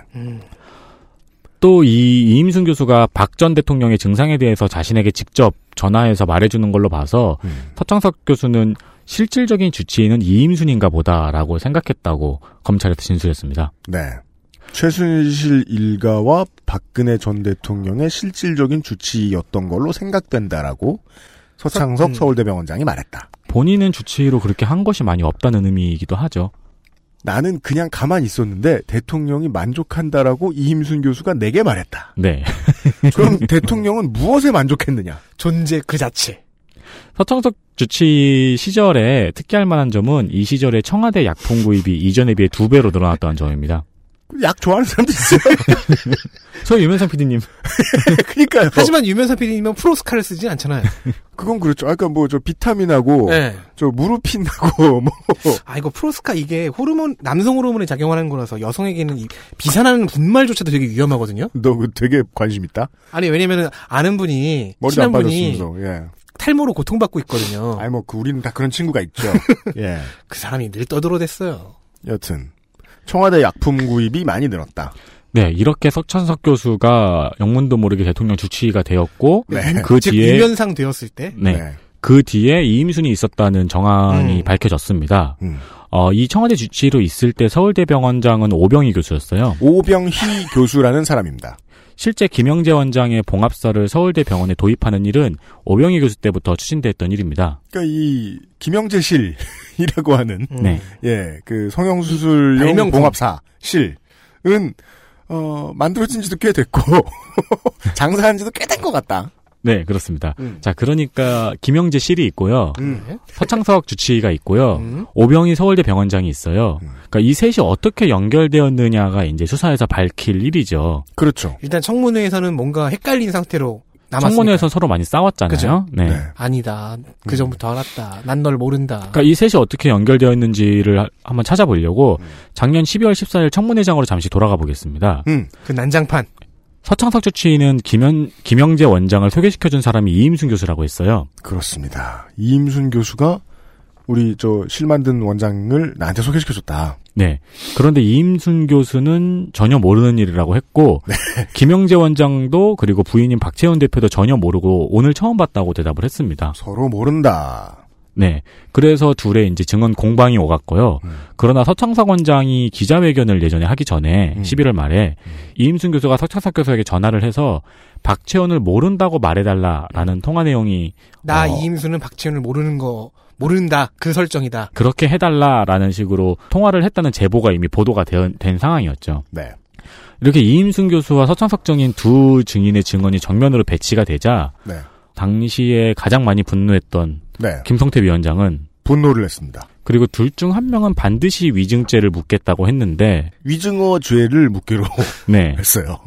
S9: 또 이 이임순 교수가 박 전 대통령의 증상에 대해서 자신에게 직접 전화해서 말해주는 걸로 봐서 서창석 교수는 실질적인 주치의는 이임순인가 보다라고 생각했다고 검찰에서 진술했습니다.
S2: 네. 최순실 일가와 박근혜 전 대통령의 실질적인 주치였던 걸로 생각된다라고 서창석
S9: 음.
S2: 서울대병원장이 말했다.
S9: 본인은 주치의로 그렇게 한 것이 많이 없다는 의미이기도 하죠.
S2: 나는 그냥 가만히 있었는데 대통령이 만족한다라고 이임순 교수가 내게 말했다.
S9: 네.
S2: 그럼 대통령은 무엇에 만족했느냐?
S11: 존재 그 자체.
S9: 서창석 주치 시절에 특기할 만한 점은 이 시절에 청와대 약품 구입이 이전에 비해 두 배로 늘어났다는 점입니다.
S2: 약 좋아하는 사람도 있어요.
S9: 저 유면상 PD님.
S2: 그러니까요.
S11: 하지만 유면상 PD님은 프로스카를 쓰진 않잖아요.
S2: 그건 그렇죠. 아까 뭐 저
S9: 어.
S2: 비타민하고
S11: 네.
S2: 저 무르핀하고 뭐
S11: 아 이거 프로스카 이게 호르몬 남성 호르몬에 작용하는 거라서 여성에게는 이 비산하는 분말조차도 되게 위험하거든요.
S2: 너 그거 되게 관심 있다.
S11: 아니 왜냐면은 아는 분이
S2: 머리도
S11: 친한
S2: 안
S11: 분이 어.
S2: 빠졌으면서. 예.
S11: 탈모로 고통받고 있거든요.
S2: 아니 뭐그 우리는 다 그런 친구가 있죠. 예.
S11: 그 사람이 늘 떠들어댔어요.
S2: 여튼 청와대 약품 구입이 많이 늘었다.
S9: 네, 이렇게 석천석 교수가 영문도 모르게 대통령 주치의가 되었고
S2: 네.
S9: 그
S11: 즉
S9: 뒤에
S11: 유면상 되었을 때
S9: 네. 그 뒤에 이임순이 있었다는
S11: 음.
S9: 정황이 밝혀졌습니다. 어, 이 청와대 주치의로 있을 때 서울대병원장은 오병희 교수였어요.
S2: 오병희 교수라는 사람입니다.
S9: 실제 김영재 원장의 봉합사를 서울대병원에 도입하는 일은 오병희 교수 때부터 추진됐던 일입니다.
S2: 그러니까 이 김영재실이라고 하는
S11: 음.
S9: 네.
S2: 예, 그 성형 수술용
S9: 발명품.
S2: 봉합사 실은 어, 만들어진 지도 꽤 됐고 장사한 지도 꽤 된 것 같다.
S9: 네, 그렇습니다.
S11: 음.
S9: 자, 그러니까 김영재 실이 있고요. 서창석 주치의가 있고요.
S11: 음.
S9: 오병희 서울대 병원장이 있어요. 그러니까 이 셋이 어떻게 연결되었느냐가 이제 수사에서 밝힐 일이죠.
S2: 그렇죠.
S11: 일단 청문회에서는 뭔가 헷갈린 상태로 남았으니까.
S9: 청문회에서 서로 많이 싸웠잖아요.
S11: 그러니까. 그죠?
S9: 네.
S11: 아니다.
S2: 음.
S11: 그 전부터 알았다. 난 널 모른다.
S9: 그러니까 이 셋이 어떻게 연결되어 있는지를 하- 한번 찾아보려고 작년 12월 14일 청문회장으로 잠시 돌아가 보겠습니다.
S2: 음,
S11: 그 난장판.
S9: 서창석 주치의는 김현, 김영재 원장을 소개시켜준 사람이 이임순 교수라고 했어요.
S2: 그렇습니다. 이임순 교수가 우리 저 실 만든 원장을 나한테 소개시켜줬다.
S9: 네. 그런데 이임순 교수는 전혀 모르는 일이라고 했고 김영재 원장도 그리고 부인인 박채원 대표도 전혀 모르고 오늘 처음 봤다고 대답을 했습니다.
S2: 서로 모른다.
S9: 네. 그래서 둘의 이제 증언 공방이 오갔고요. 그러나 서창석 원장이 기자회견을 예전에 하기 전에 11월 말에 이임순 교수가 서창석 교수에게 전화를 해서 박채원을 모른다고 말해달라라는 통화 내용이
S11: 나
S9: 어,
S11: 이임수는 박지훈을 모르는 거 모른다. 그 설정이다.
S9: 그렇게 해달라라는 식으로 통화를 했다는 제보가 이미 보도가 된, 된 상황이었죠.
S2: 네.
S9: 이렇게 이임순 교수와 서창석 증인 두 증인의 증언이 정면으로 배치가 되자
S2: 네.
S9: 당시에 가장 많이 분노했던
S2: 네.
S9: 김성태 위원장은
S2: 분노를 했습니다.
S9: 그리고 둘 중 한 명은 반드시 위증죄를 묻겠다고 했는데
S2: 위증어 죄를 묻기로
S9: 네.
S2: 했어요.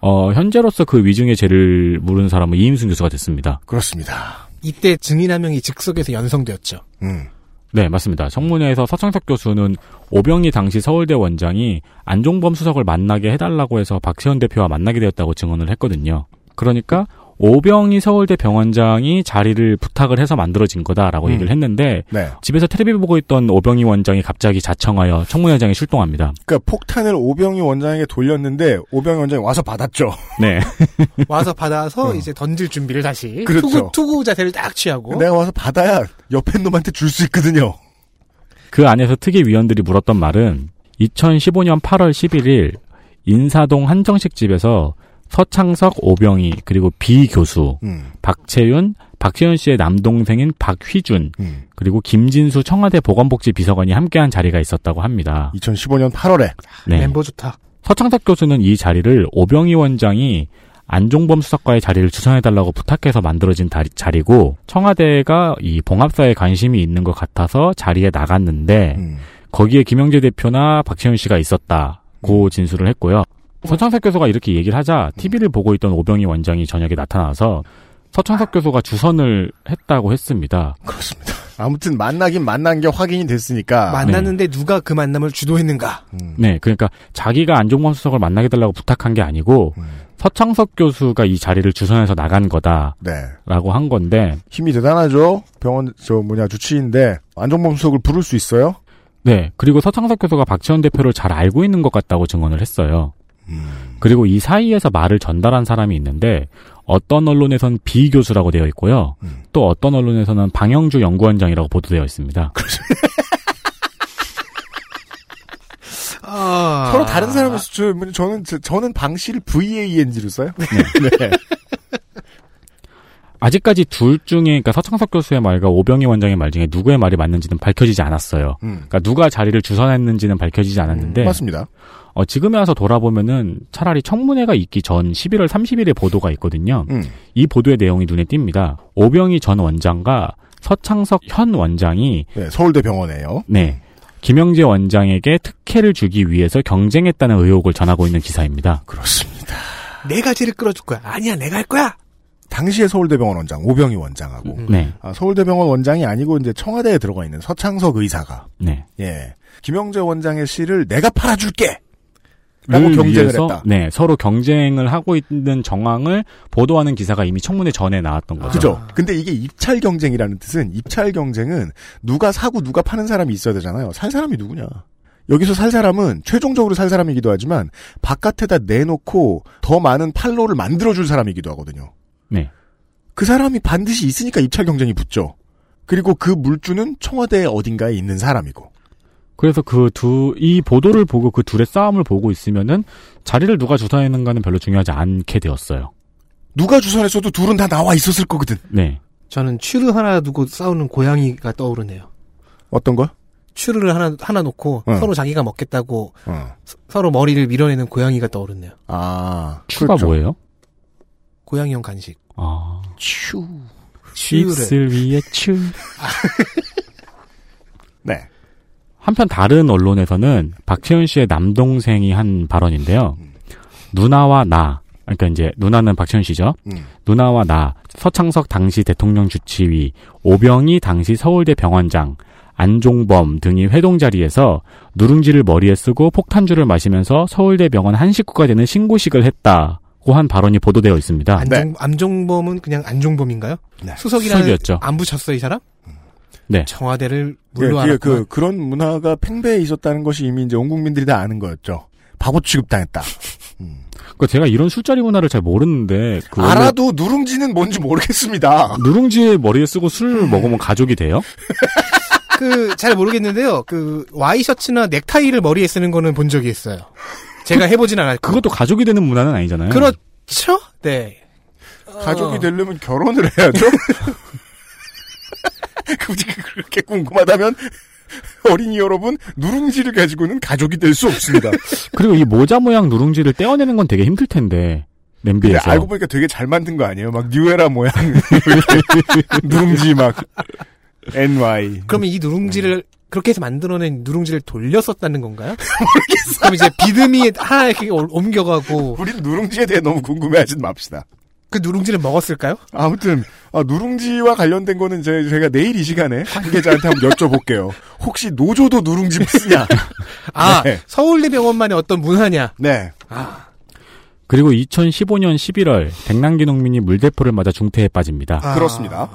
S9: 어, 현재로서 그 위증의 죄를 물은 사람은 이임순 교수가 됐습니다.
S2: 그렇습니다.
S11: 이때 증인 한 명이 즉석에서 연성되었죠.
S2: 음.
S9: 네, 맞습니다. 청문회에서 서창석 교수는 오병희 당시 서울대 원장이 안종범 수석을 만나게 해달라고 해서 박세현 대표와 만나게 되었다고 증언을 했거든요. 그러니까 오병희 서울대 병원장이 자리를 부탁을 해서 만들어진 거다라고
S2: 음.
S9: 얘기를 했는데
S2: 네.
S9: 집에서 텔레비를 보고 있던 오병희 원장이 갑자기 자청하여 청문회장에 출동합니다.
S2: 그러니까 폭탄을 오병희 원장에게 돌렸는데 오병희 원장이 와서 받았죠.
S9: 네.
S11: 와서 받아서 이제 던질 준비를 다시
S2: 어. 그렇죠.
S11: 투구 투구 자세를 딱 취하고
S2: 내가 와서 받아야 옆에 놈한테 줄 수 있거든요.
S9: 그 안에서 특위 위원들이 물었던 말은 2015년 8월 11일 인사동 한정식 집에서 서창석 오병희 그리고 비 교수
S2: 음.
S9: 박채윤 박채윤 씨의 남동생인 박휘준
S2: 음.
S9: 그리고 김진수 청와대 보건복지 비서관이 함께한 자리가 있었다고 합니다.
S2: 2015년 8월에
S9: 네.
S11: 멤버 좋다.
S9: 서창석 교수는 이 자리를 오병희 원장이 안종범 수석과의 자리를 주선해달라고 부탁해서 만들어진 다리- 자리고 청와대가 이 봉합사에 관심이 있는 것 같아서 자리에
S2: 음.
S9: 나갔는데 거기에 김영재 대표나 박채윤 씨가 있었다고 진술을 했고요. 서창석 교수가 이렇게 얘기를 하자 TV를 보고 있던 오병희 원장이 저녁에 나타나서 서창석 교수가 주선을 했다고 했습니다.
S2: 그렇습니다. 아무튼 만나긴 만난 게 확인이 됐으니까
S11: 만났는데 누가 그 만남을 주도했는가?
S9: 네, 그러니까 자기가 안종범 수석을 만나게 달라고 부탁한 게 아니고 서창석 교수가 이 자리를 주선해서 나간 거다라고
S2: 네.
S9: 한 건데
S2: 힘이 대단하죠. 병원 저 뭐냐 주치의인데 안정범 수석을 부를 수 있어요?
S9: 네, 그리고 서창석 교수가 박지원 대표를 잘 알고 있는 것 같다고 증언을 했어요. 그리고 이 사이에서 말을 전달한 사람이 있는데 어떤 언론에선 비 교수라고 되어 있고요. 또 어떤 언론에서는 방영주 연구원장이라고 보도되어 있습니다.
S2: 아.
S11: 아.
S2: 서로 다른 사람이서 저, 저는 저, 저는 방씨를 VANG로 써요. 네.
S9: 아직까지 둘 중에 그러니까 서창석 교수의 말과 오병희 원장의 말 중에 누구의 말이 맞는지는 밝혀지지 않았어요.
S2: 음.
S9: 그러니까 누가 자리를 주선했는지는 밝혀지지 않았는데
S2: 네. 맞습니다.
S9: 어, 지금에 와서 돌아보면은 차라리 청문회가 있기 전 11월 30일에 보도가 있거든요.
S2: 음.
S9: 이 보도의 내용이 눈에 띕니다. 오병희 전 원장과 서창석 현 원장이
S2: 네, 서울대 병원에요.
S9: 네 김영재 원장에게 특혜를 주기 위해서 경쟁했다는 의혹을 전하고 있는 기사입니다.
S2: 그렇습니다.
S11: 네 내가 쟤를 끌어줄 거야. 아니야, 내가 할 거야.
S2: 당시에 서울대병원 원장 오병희 원장하고
S9: 네,
S2: 아, 서울대병원 원장이 아니고 이제 청와대에 들어가 있는 서창석 의사가
S9: 네.
S2: 예 김영재 원장의 씨를 내가 팔아줄게. 라고
S9: 를
S2: 경쟁을
S9: 위해서,
S2: 했다.
S9: 네, 서로 경쟁을 하고 있는 정황을 보도하는 기사가 이미 청문회 전에 나왔던 거죠.
S2: 그죠? 근데 이게 입찰 경쟁이라는 뜻은 입찰 경쟁은 누가 사고 누가 파는 사람이 있어야 되잖아요. 살 사람이 누구냐? 여기서 살 사람은 최종적으로 살 사람이기도 하지만 바깥에다 내놓고 더 많은 판로를 만들어줄 사람이기도 하거든요.
S9: 네.
S2: 그 사람이 반드시 있으니까 입찰 경쟁이 붙죠. 그리고 그 물주는 청와대 어딘가에 있는 사람이고.
S9: 그래서 그 두 이 보도를 보고 그 둘의 싸움을 보고 있으면은 자리를 누가 주선했는가는 별로 중요하지 않게 되었어요.
S2: 누가 주선했어도 둘은 다 나와 있었을 거거든.
S9: 네.
S11: 저는 추르 하나 두고 싸우는 고양이가 떠오르네요.
S2: 어떤 거?
S11: 추르를 하나 하나 놓고
S2: 응.
S11: 서로 자기가 먹겠다고
S2: 어.
S11: 서- 서로 머리를 밀어내는 고양이가 떠오르네요.
S2: 아.
S9: 추가
S2: 그렇죠.
S9: 뭐예요?
S11: 고양이형 간식.
S9: 아.
S2: 추.
S11: 추르.
S9: 입술 위에 추.
S2: 네.
S9: 한편 다른 언론에서는 박채윤 씨의 남동생이 한 발언인데요. 누나와 나, 그러니까 이제 누나는 박채윤 씨죠.
S2: 음.
S9: 누나와 나, 서창석 당시 대통령 주치의, 오병희 당시 서울대 병원장, 안종범 등이 회동 자리에서 누룽지를 머리에 쓰고 폭탄주를 마시면서 서울대 병원 한 식구가 되는 신고식을 했다고 한 발언이 보도되어 있습니다.
S11: 안종 안종범은 그냥 안종범인가요?
S2: 네.
S11: 수석이라는
S9: 수석이었죠.
S11: 안 붙였어 이 사람?
S9: 네.
S11: 청와대를
S2: 네,
S11: 물로
S2: 그게
S11: 알았구나.
S2: 그 그런 문화가 팽배해 있었다는 것이 이미 이제 온 국민들이 다 아는 거였죠. 바보 취급당했다.
S9: 그 제가 이런 술자리 문화를 잘 모르는데 아. 그 원래
S2: 알아도 누룽지는 뭔지 모르겠습니다.
S9: 누룽지 머리에 쓰고 술 먹으면 가족이 돼요?
S11: 그, 잘 모르겠는데요. 그, 와이셔츠나 넥타이를 머리에 쓰는 거는 본 적이 있어요. 제가 해보진 않았고.
S9: 그것도 가족이 되는 문화는 아니잖아요.
S11: 그렇죠? 네.
S2: 가족이 되려면 결혼을 해야죠. 굳이 그렇게 궁금하다면 어린이 여러분 누룽지를 가지고는 가족이 될 수 없습니다.
S9: 그리고 이 모자 모양 누룽지를 떼어내는 건 되게 힘들 텐데
S2: 근데
S9: 냄비에서.
S2: 알고 보니까 되게 잘 만든 거 아니에요? 막 뉴에라 모양 누룽지 막 NY
S11: 그러면 이 누룽지를, 그렇게 해서 만들어낸 누룽지를 돌렸었다는 건가요? 그럼 이제 비듬이 하나 이렇게 올- 옮겨가고,
S2: 우린 누룽지에 대해 너무 궁금해하진 맙시다.
S11: 그 누룽지를 먹었을까요?
S2: 아무튼 아, 누룽지와 관련된 거는 제, 제가 내일 이 시간에 관계자한테 한번 여쭤볼게요. 혹시 노조도 누룽지 쓰냐?
S11: 아,
S2: 네.
S11: 서울대병원만의 어떤 문화냐?
S2: 네.
S9: 그리고 2015년 11월 백남기 농민이 물대포를 맞아 중태에 빠집니다.
S11: 아.
S2: 그렇습니다.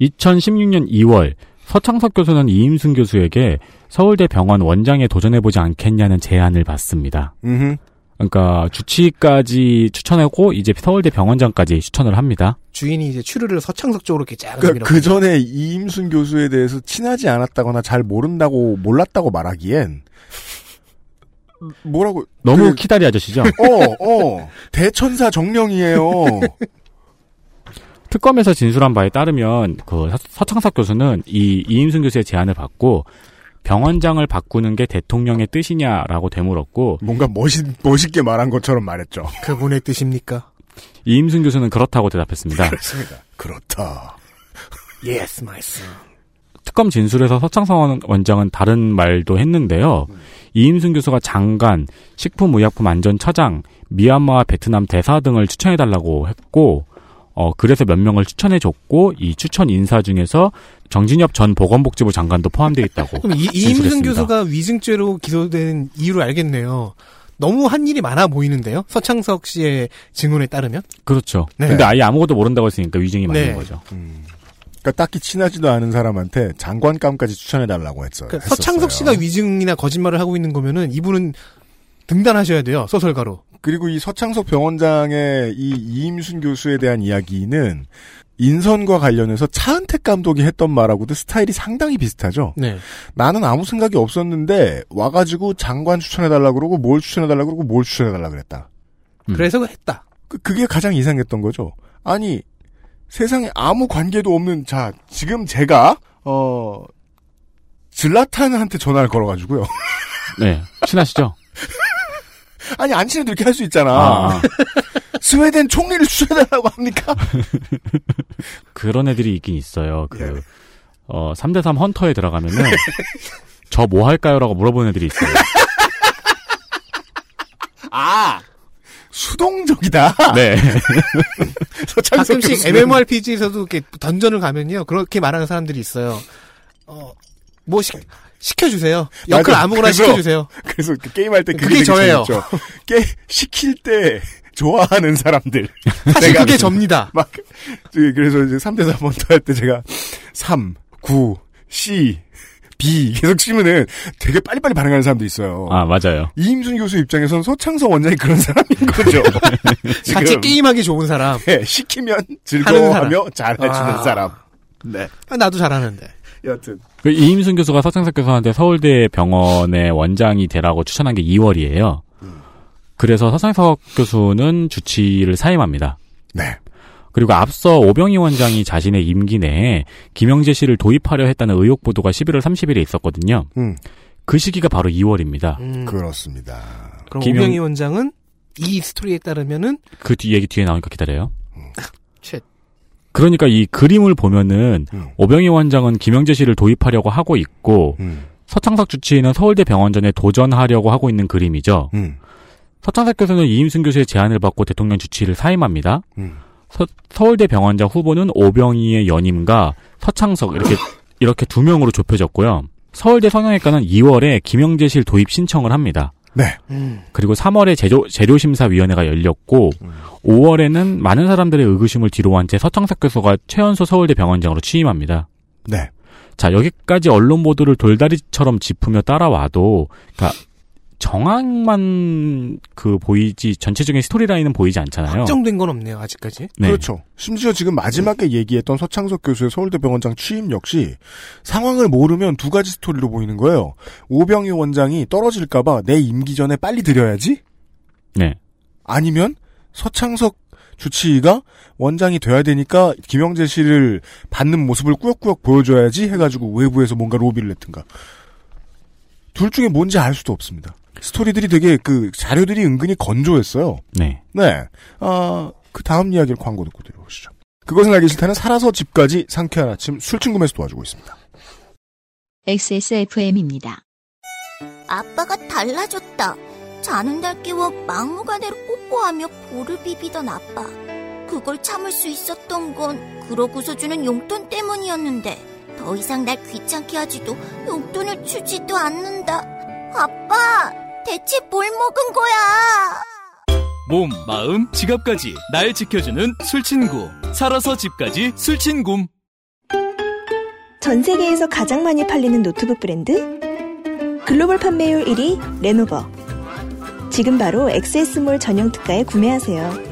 S9: 2016년 2월 서창석 교수는 이임순 교수에게 서울대 병원 원장에 도전해보지 않겠냐는 제안을 받습니다.
S2: 음.
S9: 그러니까 주치까지 추천하고 이제 서울대 병원장까지 추천을 합니다.
S11: 주인이 이제 추르를 서창석 쪽으로 이렇게 쫙
S2: 그러니까
S11: 밀어.
S2: 그 전에 이임순 교수에 대해서 친하지 않았다거나 잘 모른다고 몰랐다고 말하기엔 뭐라고 그
S9: 너무 키다리 아저씨죠?
S2: 어, 어. 대천사 정령이에요.
S9: 특검에서 진술한 바에 따르면 그 서- 서창석 교수는 이 이임순 교수의 제안을 받고 병원장을 바꾸는 게 대통령의 뜻이냐라고 되물었고
S2: 뭔가 멋있 멋있게 말한 것처럼 말했죠.
S11: 그분의 뜻입니까?
S9: 이임순 교수는 그렇다고 대답했습니다.
S2: 그렇습니다. 그렇다.
S11: Yes, my son.
S9: 특검 진술에서 서창성 원장은 다른 말도 했는데요. 이임순 교수가 장관, 식품의약품안전처장, 미얀마와 베트남 대사 등을 추천해달라고 했고, 어, 그래서 몇 명을 추천해줬고, 이 추천 인사 중에서 정진엽 전 보건복지부 장관도 포함되어 있다고.
S11: 그럼 이, 이임순
S9: 진술했습니다.
S11: 교수가 위증죄로 기소된 이유를 알겠네요. 너무 한 일이 많아 보이는데요. 서창석 씨의 증언에 따르면
S9: 그렇죠.
S11: 네.
S9: 근데 아예 아무것도 모른다고 했으니까 위증이 맞는
S11: 네.
S9: 거죠.
S2: 그러니까 딱히 친하지도 않은 사람한테 장관감까지 추천해 달라고 했어요.
S11: 그러니까 서창석 씨가 위증이나 거짓말을 하고 있는 거면은 이분은 등단하셔야 돼요. 소설가로.
S2: 그리고 이 서창석 병원장의 이 이임순 교수에 대한 이야기는 인선과 관련해서 차은택 감독이 했던 말하고도 스타일이 상당히 비슷하죠.
S11: 네.
S2: 나는 아무 생각이 없었는데 와가지고 장관 추천해달라고 그러고 뭘 추천해달라고 그러고 뭘 추천해달라고 그랬다. 음.
S11: 그래서 했다.
S2: 그, 그게 가장 이상했던 거죠. 아니 세상에 아무 관계도 없는 자 지금 제가 어 질라탄한테 전화를 걸어가지고요.
S9: 네. 친하시죠?
S2: 아니 안 친해도 이렇게 할 수 있잖아.
S9: 아.
S2: 스웨덴 총리를 추천해달라고 합니까?
S9: 그런 애들이 있긴 있어요. 그, 어, 3대3 헌터에 들어가면은, 저 뭐 할까요? 라고 물어보는 애들이 있어요.
S2: 아 수동적이다.
S9: 네.
S2: 서창석
S11: 가끔씩
S2: 교수는
S11: MMORPG에서도 이렇게 던전을 가면요. 그렇게 말하는 사람들이 있어요. 어, 뭐 시, 시켜주세요. 역할
S2: 맞아.
S11: 아무거나
S2: 그래서-
S11: 시켜주세요.
S2: 그래서 그 게임할 때 그게,
S11: 그게
S2: 되게
S11: 저예요.
S2: 재밌죠. 게 시킬 때 좋아하는 사람들.
S11: 사실
S2: 내가
S11: 그게 접니다.
S2: 막 그- 그래서 이제 3대 3 먼저 할 때 제가 3, 9, C, B 계속 치면은 되게 빨리빨리 반응하는 사람도 있어요.
S9: 아, 맞아요.
S2: 이임순 교수 입장에선 서창석 원장이 그런 사람인 거죠.
S11: 같이
S2: 지금.
S11: 게임하기 좋은 사람.
S2: 네, 시키면 즐거워하며
S11: 사람.
S2: 잘해주는
S11: 아.
S2: 사람. 네.
S11: 아, 나도 잘하는데.
S2: 여튼
S9: 그 이임순 교수가 서창석 교수한테 서울대 병원의 원장이 되라고 추천한 게 2월이에요. 그래서 서창석 교수는 주치를 사임합니다.
S2: 네.
S9: 그리고 앞서 오병희 원장이 자신의 임기 내에 김영재 씨를 도입하려 했다는 의혹 보도가 11월 30일에 있었거든요.
S2: 음.
S9: 그 시기가 바로 2월입니다.
S11: 음,
S2: 그 그렇습니다.
S11: 그럼
S9: 김영-
S11: 오병희 원장은 이 스토리에 따르면은
S9: 그 뒤, 얘기 뒤에 나오니까 기다려요.
S11: 쉣.
S9: 그러니까 이 그림을 보면은
S2: 음.
S9: 오병희 원장은 김영재 씨를 도입하려고 하고 있고
S2: 음.
S9: 서창석 주치의는 서울대 병원전에 도전하려고 하고 있는 그림이죠.
S2: 음.
S9: 서창석 교수는 이임순 교수의 제안을 받고 대통령 주치의를 사임합니다.
S2: 음.
S9: 서, 서울대 병원장 후보는 오병희의 연임과 서창석 이렇게 이렇게 두 명으로 좁혀졌고요. 서울대 성형외과는 2월에 김영재실 도입 신청을 합니다.
S2: 네.
S9: 그리고 3월에 제조, 재료심사위원회가 열렸고
S2: 음.
S9: 5월에는 많은 사람들의 의구심을 뒤로한 채 서창석 교수가 최연소 서울대 병원장으로 취임합니다.
S2: 네.
S9: 자 여기까지 언론 보도를 돌다리처럼 짚으며 따라와도 그러니까 정황만 그 보이지 전체적인 스토리라인은 보이지 않잖아요.
S11: 확정된 건 없네요 아직까지.
S9: 네.
S2: 그렇죠. 심지어 지금 마지막에 얘기했던 서창석 교수의 서울대 병원장 취임 역시 상황을 모르면 두 가지 스토리로 보이는 거예요. 오병희 원장이 떨어질까봐 내 임기 전에 빨리 드려야지?
S9: 네.
S2: 아니면 서창석 주치의가 원장이 돼야 되니까 김영재 씨를 받는 모습을 꾸역꾸역 보여줘야지 해가지고 외부에서 뭔가 로비를 냈든가. 둘 중에 뭔지 알 수도 없습니다. 스토리들이 되게 그 자료들이 은근히 건조했어요.
S9: 네.
S2: 네. 아, 그 다음 이야기를 광고 듣고 들어보시죠. 그것은 알기 싫다는 살아서 집까지 상쾌한 아침 술친구에서 도와주고 있습니다.
S1: XSFM입니다.
S12: 아빠가 달라졌다. 자는 날 깨워 막무가내로 뽀뽀하며 볼을 비비던 아빠. 그걸 참을 수 있었던 건 그러고서 주는 용돈 때문이었는데 더 이상 날 귀찮게 하지도 용돈을 주지도 않는다. 아빠, 대체 뭘 먹은 거야?
S10: 몸, 마음, 지갑까지 날 지켜주는 술친구. 살아서 집까지 술친구.
S3: 전 세계에서 가장 많이 팔리는 노트북 브랜드 글로벌 판매율 1위 레노버 지금 바로 XS몰 전용 특가에 구매하세요.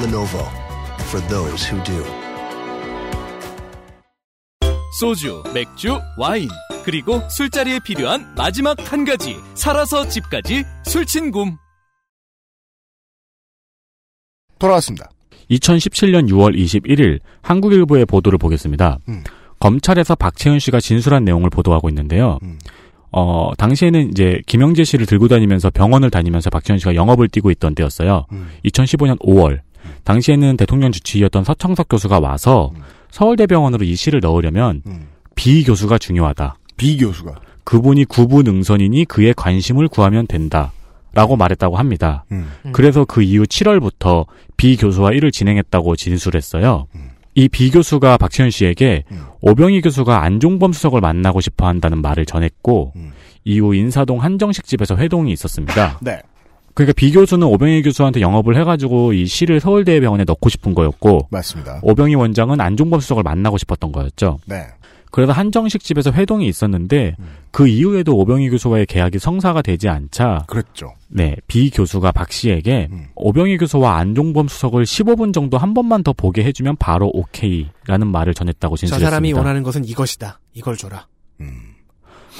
S4: Lenovo for those who do.
S10: 소주, 맥주, 와인, 그리고 술자리에 필요한 마지막 한 가지 살아서 집까지 술친굼
S2: 돌아왔습니다.
S9: 2017년 6월 21일 한국일보의 보도를 보겠습니다.
S2: 음.
S9: 검찰에서 박채윤 씨가 진술한 내용을 보도하고 있는데요. 어, 당시에는 이제 김영재 씨를 들고 다니면서 병원을 다니면서 박채윤 씨가 영업을 뛰고 있던 때였어요. 2015년 5월. 당시에는 대통령 주치의였던 서청석 교수가 와서 서울대병원으로 이 씨를 넣으려면 비 교수가 중요하다.
S2: 비 교수가
S9: 그분이 구부 능선이니 그의 관심을 구하면 된다. 라고 말했다고 합니다. 그래서 그 이후 7월부터 비 교수와 일을 진행했다고 진술했어요. 이 비 교수가 박채윤 씨에게 오병희 교수가 안종범 수석을 만나고 싶어 한다는 말을 전했고 이후 인사동 한정식 집에서 회동이 있었습니다.
S2: 네.
S9: 그러니까 비 교수는 오병희 교수한테 영업을 해가지고 이 씨를 서울대병원에 넣고 싶은 거였고
S2: 맞습니다.
S9: 오병희 원장은 안종범 수석을 만나고 싶었던 거였죠.
S2: 네.
S9: 그래서 한정식 집에서 회동이 있었는데 그 이후에도 오병희 교수와의 계약이 성사가 되지 않자
S2: 그랬죠.
S9: 네, 비 교수가 박 씨에게 오병희 교수와 안종범 수석을 15분 정도 한 번만 더 보게 해주면 바로 오케이라는 말을 전했다고
S11: 저
S9: 진술했습니다.
S11: 사람이 원하는 것은 이것이다. 이걸 줘라.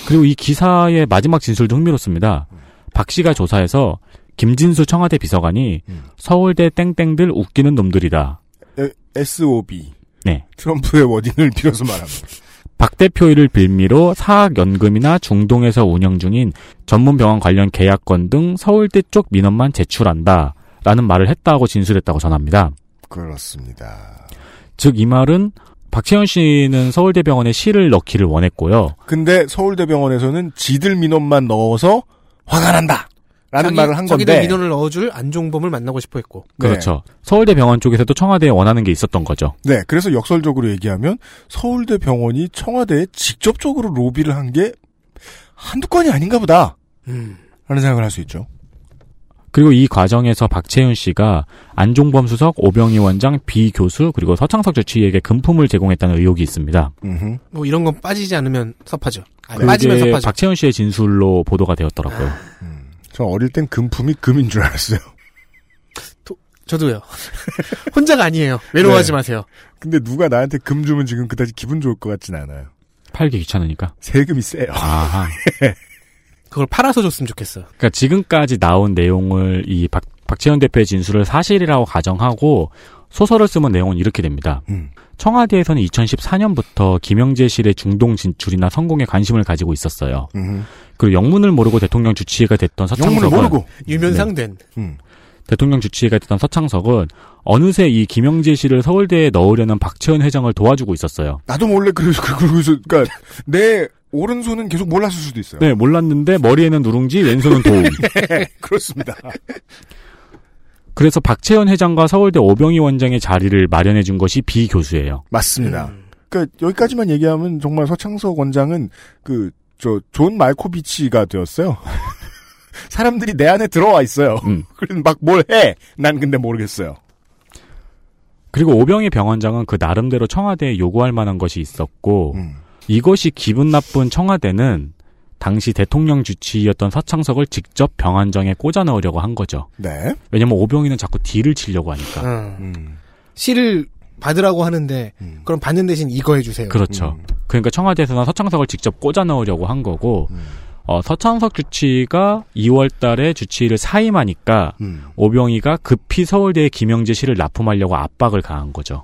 S9: 그리고 이 기사의 마지막 진술도 흥미롭습니다. 박 씨가 조사해서 김진수 청와대 비서관이 서울대 땡땡들 웃기는 놈들이다.
S2: 에, SOB.
S9: 네.
S2: 트럼프의 워딩을 빌어서 말합니다.
S9: 박 대표를 빌미로 사학연금이나 중동에서 운영 중인 전문병원 관련 계약건 등 서울대 쪽 민원만 제출한다. 라는 말을 했다고 진술했다고 전합니다.
S2: 그렇습니다.
S9: 즉, 이 말은 박채현 씨는 서울대병원에 시를 넣기를 원했고요.
S2: 근데 서울대병원에서는 지들 민원만 넣어서 화가 난다. 라는 말을 한 건데.
S11: 자기들 민원을 넣어줄 안종범을 만나고 싶어 했고.
S9: 그렇죠. 서울대병원 쪽에서도 청와대에 원하는 게 있었던 거죠.
S2: 네, 그래서 역설적으로 얘기하면 서울대병원이 청와대에 직접적으로 로비를 한 게 한두 건이 아닌가 보다. 라는 생각을 할 수 있죠.
S9: 그리고 이 과정에서 박채윤 씨가 안종범 수석, 오병희 원장, 비 교수, 그리고 서창석 주치의에게 금품을 제공했다는 의혹이 있습니다.
S11: 뭐 이런 건 빠지지 않으면 섭하죠. 아,
S9: 그게
S11: 빠지면 섭하죠.
S9: 박채윤 씨의 진술로 보도가 되었더라고요.
S2: 저 어릴 땐 금품이 금인 줄 알았어요.
S11: 저도요. 혼자가 아니에요.
S9: 네.
S11: 외로워하지 마세요.
S2: 근데 누가 나한테 금 주면 지금 그다지 기분 좋을 것 같진 않아요.
S9: 팔기 귀찮으니까.
S2: 세금이 세요.
S9: 아하.
S11: 그걸 팔아서 줬으면 좋겠어요.
S9: 그러니까 지금까지 나온 내용을 이 박, 박채현 대표의 진술을 사실이라고 가정하고 소설을 쓰면 내용은 이렇게 됩니다. 청와대에서는 2014년부터 김영재 실의 중동 진출이나 성공에 관심을 가지고 있었어요. 그리고 영문을 모르고 대통령 주치의가 됐던 서창석은 네.
S11: 유면상 된.
S9: 대통령 주치의가 됐던 서창석은 어느새 이 김영재 씨를 서울대에 넣으려는 박채현 회장을 도와주고 있었어요.
S2: 나도 몰래 그래서 그러고서 그러니까 내 오른손은 계속 몰랐을 수도 있어요.
S9: 네, 몰랐는데 머리에는 누룽지, 왼손은 도움.
S2: 그렇습니다.
S9: 그래서 박채현 회장과 서울대 오병희 원장의 자리를 마련해 준 것이 비 교수예요.
S2: 맞습니다. 그러니까 여기까지만 얘기하면 정말 서창석 원장은 그 저 존 말코비치가 되었어요. 사람들이 내 안에 들어와 있어요. 그래서 막 뭘 해. 난 근데 모르겠어요.
S9: 그리고 오병희 병원장은 그 나름대로 청와대에 요구할 만한 것이 있었고 이것이 기분 나쁜 청와대는 당시 대통령 주치의였던 서창석을 직접 병원장에 꽂아 넣으려고 한 거죠.
S2: 네.
S9: 왜냐면 오병희는 자꾸 딜을 치려고 하니까. 음.
S11: 씨를 어. 받으라고 하는데 그럼 받는 대신 이거 해주세요.
S9: 그렇죠. 그러니까 청와대에서는 서창석을 직접 꽂아 넣으려고 한 거고, 어, 서창석 주치가 2월 달에 주치를 사임하니까, 오병희가 급히 서울대 김영재 씨를 납품하려고 압박을 가한 거죠.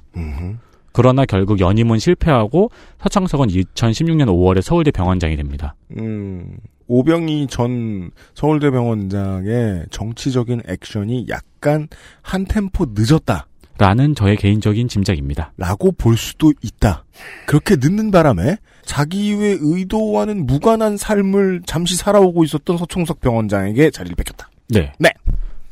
S9: 그러나 결국 연임은 실패하고, 서창석은 2016년 5월에 서울대 병원장이 됩니다.
S2: 음, 오병희 전 서울대병원장의 정치적인 액션이 약간 한 템포 늦었다.
S9: 라는 저의 개인적인 짐작입니다.
S2: 라고 볼 수도 있다. 그렇게 늦는 바람에 자기의 의도와는 무관한 삶을 잠시 살아오고 있었던 서총석 병원장에게 자리를 뺏겼다.
S9: 네.
S2: 네.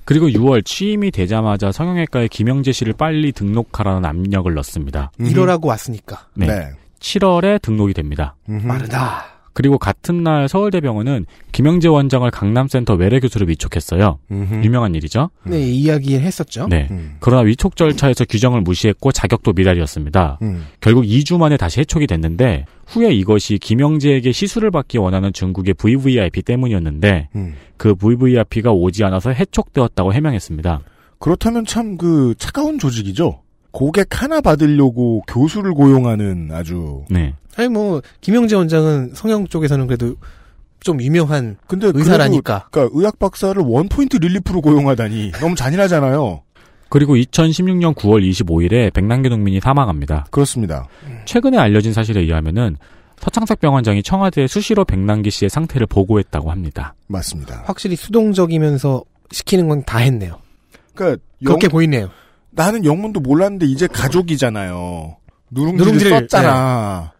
S9: 그리고 6월 취임이 되자마자 성형외과에 김영재 씨를 빨리 등록하라는 압력을 넣습니다.
S11: 이러라고 왔으니까.
S9: 네. 7월에 등록이 됩니다.
S11: 마르다.
S9: 그리고 같은 날 서울대병원은 김영재 원장을 강남센터 외래교수로 위촉했어요. 유명한 일이죠.
S11: 네, 이 이야기 했었죠.
S9: 음. 네. 그러나 위촉 절차에서 규정을 무시했고 자격도 미달이었습니다.
S2: 음.
S9: 결국 2주 만에 다시 해촉이 됐는데 후에 이것이 김영재에게 시술을 받기 원하는 중국의 VVIP 때문이었는데
S2: 음.
S9: 그 VVIP가 오지 않아서 해촉되었다고 해명했습니다.
S2: 그렇다면 참 그 차가운 조직이죠. 고객 하나 받으려고 교수를 고용하는 아주
S9: 네.
S11: 아니 뭐 김영재 원장은 성형 쪽에서는 그래도 좀 유명한
S2: 근데
S11: 의사라니까.
S2: 그래도- 그러니까 의학 박사를 원 포인트 릴리프로 고용하다니 너무 잔인하잖아요.
S9: 그리고 2016년 9월 25일에 백남규 농민이 사망합니다.
S2: 그렇습니다.
S9: 최근에 알려진 사실에 의하면은 서창석 병원장이 청와대에 수시로 백남기 씨의 상태를 보고했다고 합니다.
S2: 맞습니다.
S11: 확실히 수동적이면서 시키는 건 다 했네요.
S2: 그러니까
S11: 그렇게 보이네요.
S2: 나는 영문도 몰랐는데 이제 가족이잖아요. 누룽지를, 예.
S11: 누룽지를,
S2: 썼잖아.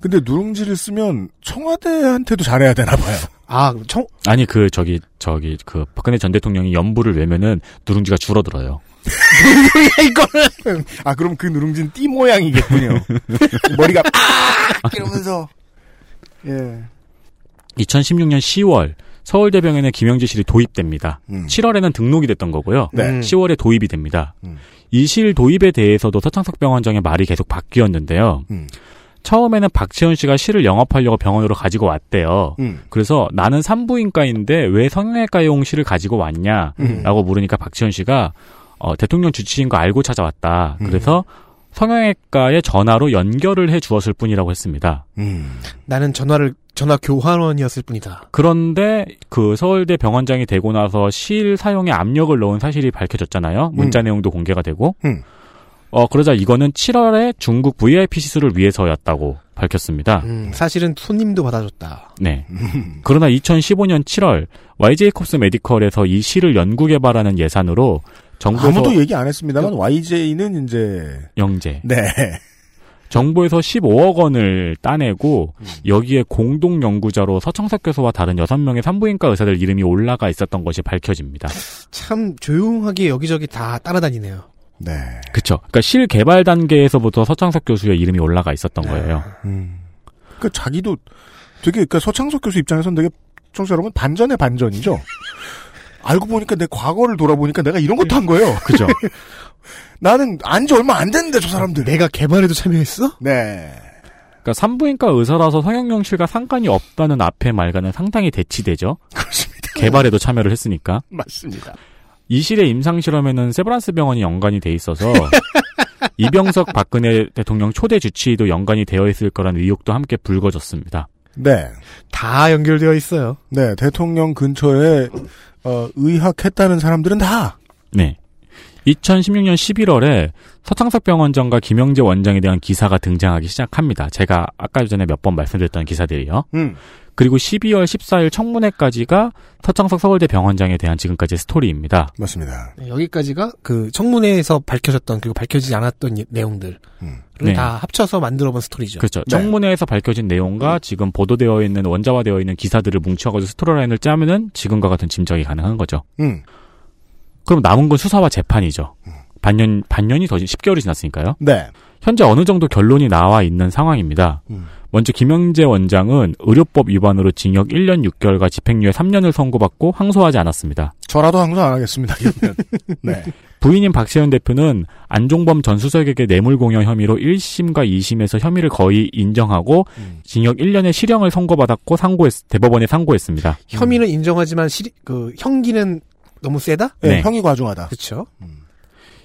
S2: 근데 누룽지를 쓰면 청와대한테도 잘해야 되나 봐요.
S11: 아, 청,
S9: 아니 그 저기 저기 그 박근혜 전 대통령이 연부를 외면은 누룽지가 줄어들어요.
S2: 이거는 아 그럼 그 누룽지는 띠 모양이겠군요. 머리가 아 이러면서 예.
S9: 2016년 10월 서울대병원에 김영지실이 도입됩니다. 7월에는 등록이 됐던 거고요.
S2: 네. 음.
S9: 10월에 도입이 됩니다.
S2: 음.
S9: 이 실 도입에 대해서도 서창석 병원장의 말이 계속 바뀌었는데요.
S2: 음.
S9: 처음에는 박채훈 씨가 실을 영업하려고 병원으로 가지고 왔대요.
S2: 음.
S9: 그래서 나는 산부인과인데 왜 성형외과용 실을 가지고
S2: 음.
S9: 왔냐라고 물으니까 박지원 씨가 어, 대통령 주치인 거 알고 찾아왔다.
S2: 음.
S9: 그래서 성형외과에 전화로 연결을 해 주었을 뿐이라고 했습니다.
S2: 음.
S11: 나는 전화를, 전화 교환원이었을 뿐이다.
S9: 그런데 그 서울대 병원장이 되고 나서 실 사용에 압력을 넣은 사실이 밝혀졌잖아요. 문자 내용도 공개가 되고.
S2: 음.
S9: 어, 그러자 이거는 7월에 중국 VIP 시술을 위해서였다고 밝혔습니다.
S11: 음, 사실은 손님도 받아줬다.
S9: 네.
S2: 음.
S9: 그러나 2015년 7월 YJ 콥스 메디컬에서 이 실을 연구 개발하는 예산으로 정부에서
S2: 아무도 얘기 안 했습니다만 YJ는 이제
S9: 영재
S2: 그 네.
S9: 정부에서 15억 원을 따내고
S2: 음.
S9: 여기에 공동 연구자로 서청석 교수와 다른 6명의 산부인과 의사들 이름이 올라가 있었던 것이 밝혀집니다.
S11: 참 조용하게 여기저기 다 따라다니네요.
S2: 네.
S9: 그렇죠. 그러니까 실 개발 단계에서부터 서창석 교수의 이름이 올라가 있었던
S2: 네.
S9: 거예요.
S2: 그러니까 자기도 되게 그러니까 서창석 교수 입장에서는 되게 청취자 여러분 반전의 반전이죠. 알고 보니까 내 과거를 돌아보니까 내가 이런 것도 한 거예요.
S9: 그죠.
S2: 나는 안 지 얼마 안 됐는데 저 사람들.
S11: 내가 개발에도 참여했어?
S2: 네.
S9: 그러니까 산부인과 의사라서 성형용실과 상관이 없다는 앞에 말과는 상당히 대치되죠.
S2: 그렇습니다.
S9: 개발에도 참여를 했으니까.
S2: 맞습니다.
S9: 이 실의 임상 실험에는 세브란스 병원이 연관이 돼 있어서 이병석 박근혜 대통령 초대 주치의도 연관이 되어 있을 거란 의혹도 함께 불거졌습니다.
S2: 네.
S11: 다 연결되어 있어요.
S2: 네. 대통령 근처에 어, 의학했다는 사람들은 다
S9: 네. 2016년 11월에 서창석 병원장과 김영재 원장에 대한 기사가 등장하기 시작합니다. 제가 아까 전에 몇 번 말씀드렸던 기사들이요.
S2: 음.
S9: 그리고 12월 14일 청문회까지가 서창석 서울대 병원장에 대한 지금까지 스토리입니다.
S2: 맞습니다.
S11: 네, 여기까지가 그 청문회에서 밝혀졌던 그리고 밝혀지지 않았던 예- 내용들을
S2: 음.
S9: 네.
S11: 다 합쳐서 만들어본 스토리죠.
S9: 그렇죠.
S2: 네.
S9: 청문회에서 밝혀진 내용과 지금 보도되어 있는 원자화되어 있는 기사들을 뭉쳐가지고 스토리라인을 짜면은 지금과 같은 짐작이 가능한 거죠.
S2: 음.
S9: 그럼 남은 건 수사와 재판이죠. 반년 반년이 더 10개월이 지났으니까요.
S2: 네.
S9: 현재 어느 정도 결론이 나와 있는 상황입니다. 먼저 김영재 원장은 의료법 위반으로 징역 1년 6개월과 집행유예 3년을 선고받고 항소하지 않았습니다.
S2: 저라도 항상 안 하겠습니다. 이러면. 네.
S9: 부인인 박세현 대표는 안종범 전 수석에게 뇌물 공여 혐의로 1심과 2심에서 혐의를 거의 인정하고
S2: 음.
S9: 징역 1년의 실형을 선고받았고 상고했, 대법원에 상고했습니다.
S11: 혐의는 인정하지만 실, 그 형기는 너무 세다?
S2: 네,
S9: 네.
S2: 형이 과중하다.
S11: 그렇죠.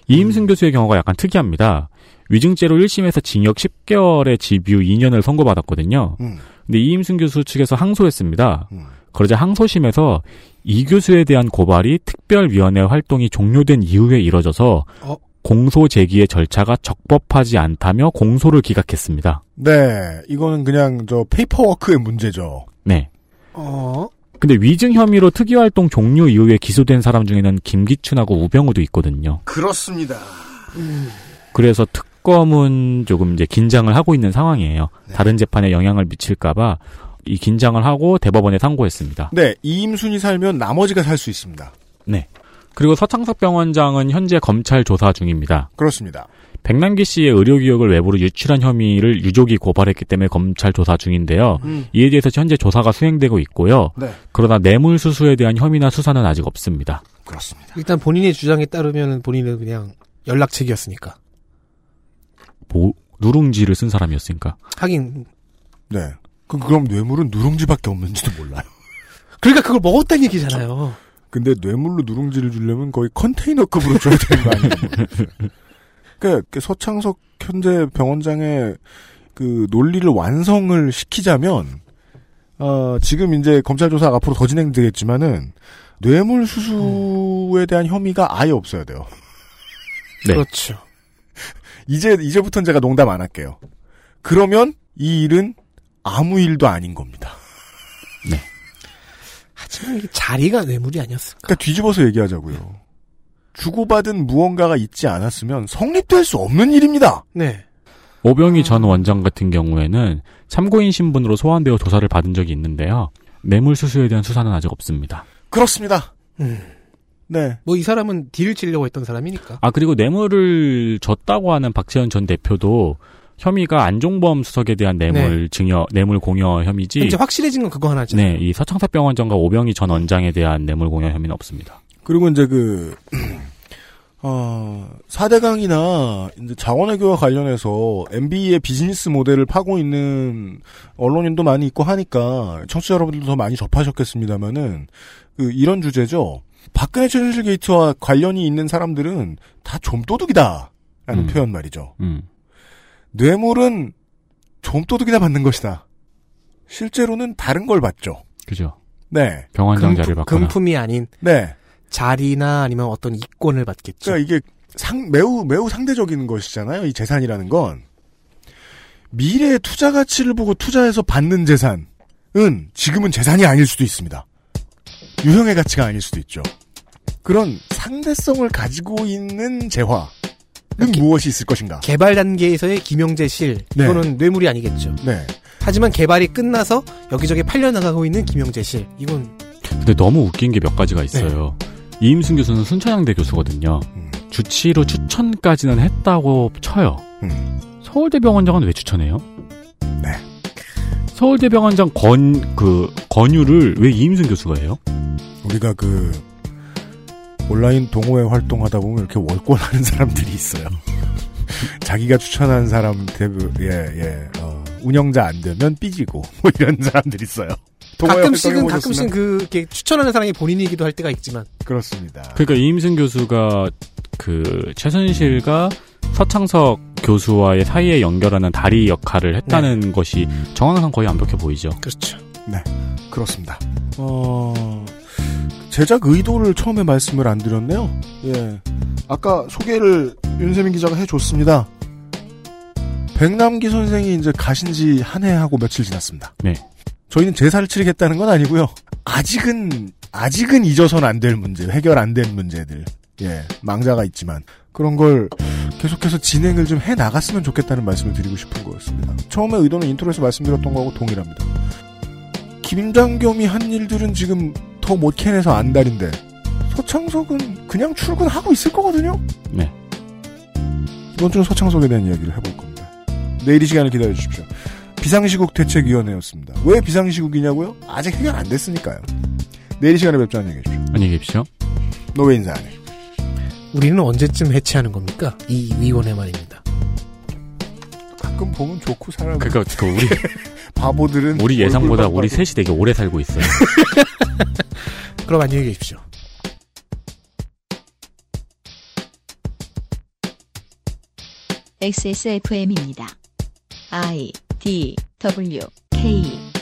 S9: 이임승 교수의 경우가 약간 특이합니다. 위증죄로 1심에서 징역 10개월의 집유 2년을 선고받았거든요.
S2: 음.
S9: 근데 이임승 교수 측에서 항소했습니다.
S2: 음.
S9: 그러자 항소심에서 이 교수에 대한 고발이 특별위원회 활동이 종료된 이후에 이뤄져서
S11: 어?
S9: 공소 제기의 절차가 적법하지 않다며 공소를 기각했습니다.
S2: 네. 이거는 그냥 저 페이퍼워크의 문제죠.
S9: 네.
S11: 어,
S9: 근데 위증 혐의로 특이활동 종료 이후에 기소된 사람 중에는 김기춘하고 우병우도 있거든요.
S2: 그렇습니다.
S9: 그래서 특검은 조금 이제 긴장을 하고 있는 상황이에요. 다른 재판에 영향을 미칠까봐 이 긴장을 하고 대법원에 상고했습니다.
S2: 네. 이임순이 살면 나머지가 살 수 있습니다.
S9: 네. 그리고 서창석 병원장은 현재 검찰 조사 중입니다.
S2: 그렇습니다.
S9: 백남기 씨의 의료기록을 외부로 유출한 혐의를 유족이 고발했기 때문에 검찰 조사 중인데요. 이에 대해서 현재 조사가 수행되고 있고요.
S2: 네.
S9: 그러나 뇌물수수에 대한 혐의나 수사는 아직 없습니다.
S2: 그렇습니다.
S11: 일단 본인의 주장에 따르면 본인은 그냥 연락책이었으니까.
S9: 뭐, 누룽지를 쓴 사람이었으니까.
S11: 하긴,
S2: 네. 그, 그럼 뇌물은 누룽지밖에 없는지도 몰라요.
S11: 그러니까 그걸 먹었다는 얘기잖아요.
S2: 근데 뇌물로 누룽지를 주려면 거의 컨테이너급으로 줘야 되는 거 아니에요? 그러니까 서창석 현재 병원장의 그 논리를 완성을 시키자면 어, 지금 이제 검찰 조사가 앞으로 더 진행되겠지만은 뇌물 수수에 대한 혐의가 아예 없어야 돼요.
S9: 네.
S11: 그렇죠.
S2: 이제 이제부터는 제가 농담 안 할게요. 그러면 이 일은 아무 일도 아닌 겁니다.
S11: 하지만 이게 자리가 뇌물이 아니었어.
S2: 그러니까 뒤집어서 얘기하자고요. 주고받은 무언가가 있지 않았으면 성립될 수 없는 일입니다.
S11: 네.
S9: 오병희 전 원장 같은 경우에는 참고인 신분으로 소환되어 조사를 받은 적이 있는데요. 뇌물 수수에 대한 수사는 아직 없습니다.
S2: 그렇습니다.
S11: 음.
S2: 네.
S11: 뭐 이 사람은 딜을 치려고 했던 사람이니까.
S9: 아 그리고 뇌물을 줬다고 하는 박재현 전 대표도 혐의가 안종범 수석에 대한 뇌물 증여, 뇌물 공여 혐의지.
S11: 네. 이제 확실해진 건 그거 하나지.
S9: 네, 이 서창석 병원장과 오병희 전 원장에 대한 뇌물 공여 혐의는 없습니다.
S2: 그리고 이제 그, 어, 4대강이나 이제 자원외교와 관련해서 MB의 비즈니스 모델을 파고 있는 언론인도 많이 있고 하니까 청취자 여러분들도 더 많이 접하셨겠습니다만은 그 이런 주제죠. 박근혜 최순실 게이트와 관련이 있는 사람들은 다 좀도둑이다. 라는
S9: 음.
S2: 표현 말이죠.
S9: 음.
S2: 뇌물은 좀도둑이나 받는 것이다. 실제로는 다른 걸 받죠.
S9: 그죠.
S2: 네.
S9: 병원장 자를
S11: 금품,
S9: 받거나.
S11: 금품이 아닌
S2: 네.
S11: 자리나 아니면 어떤 이권을 받겠죠.
S2: 그러니까 이게 상- 매우 매우 상대적인 것이잖아요. 이 재산이라는 건 미래의 투자 가치를 보고 투자해서 받는 재산은 지금은 재산이 아닐 수도 있습니다. 유형의 가치가 아닐 수도 있죠. 그런 상대성을 가지고 있는 재화는 무엇이 있을 것인가?
S11: 개발 단계에서의 김영재 실
S2: 네.
S11: 이거는 뇌물이 아니겠죠.
S2: 네.
S11: 하지만 개발이 끝나서 여기저기 팔려 나가고 있는 김영재 실 이건
S9: 근데 너무 웃긴 게 몇 가지가 있어요.
S11: 네.
S9: 이임순 교수는 순천향대 교수거든요. 주치로 추천까지는 했다고 쳐요.
S2: 음.
S9: 서울대병원장은 왜 추천해요?
S2: 네.
S9: 서울대병원장 권, 그, 권유를 왜 이임순 교수가 해요?
S2: 우리가 그 온라인 동호회 활동하다 보면 이렇게 월권하는 사람들이 있어요. 자기가 추천한 사람 대부 예예 어, 운영자 안 되면 삐지고 뭐 이런 사람들 있어요. 동호회
S11: 가끔씩은
S2: 활동해
S11: 가끔씩은
S2: 보셨으면
S11: 그 이렇게 추천하는 사람이 본인이기도 할 때가 있지만
S2: 그렇습니다.
S9: 그러니까 이임순 교수가 그 최순실과 서창석 교수와의 사이에 연결하는 다리 역할을 했다는
S2: 네.
S9: 것이 정황상 거의 완벽해 보이죠.
S11: 그렇죠.
S2: 그렇습니다. 어 제작 의도를 처음에 말씀을 안 드렸네요. 예 아까 소개를 윤세민 기자가 해줬습니다. 백남기 선생이 이제 가신 지 한 해하고 며칠 지났습니다.
S9: 네.
S2: 저희는 제사를 치르겠다는 건 아니고요. 아직은 아직은 잊어서는 안 될 문제, 해결 안 된 문제들, 예, 망자가 있지만 그런 걸 계속해서 진행을 좀 해 나갔으면 좋겠다는 말씀을 드리고 싶은 거였습니다. 처음에 의도는 인트로에서 말씀드렸던 거하고 동일합니다. 김장겸이 한 일들은 지금 더 못 캐내서 안달인데 서창석은 그냥 출근하고 있을 거거든요.
S9: 네.
S2: 이번 주는 서창석에 대한 이야기를 해볼 겁니다. 내일 이 시간을 기다려 주십시오. 비상시국 대책위원회였습니다. 왜 비상시국이냐고요? 아직 해결 안 됐으니까요. 내일 이 시간에 뵙자는 얘기죠.
S9: 안녕히 계십시오.
S2: 노왜 인사 안 해.
S11: 우리는 언제쯤 해체하는 겁니까? 이 위원회 말입니다.
S2: 가끔 보면 좋고 사람
S9: 그러니까 그 우리
S2: 바보들은
S9: 우리 예상보다
S2: 얼굴만
S9: 우리
S2: 봐도
S9: 셋이 되게 오래 살고 있어요.
S11: 그럼 안녕히 계십시오.
S1: XSFM입니다. I D W K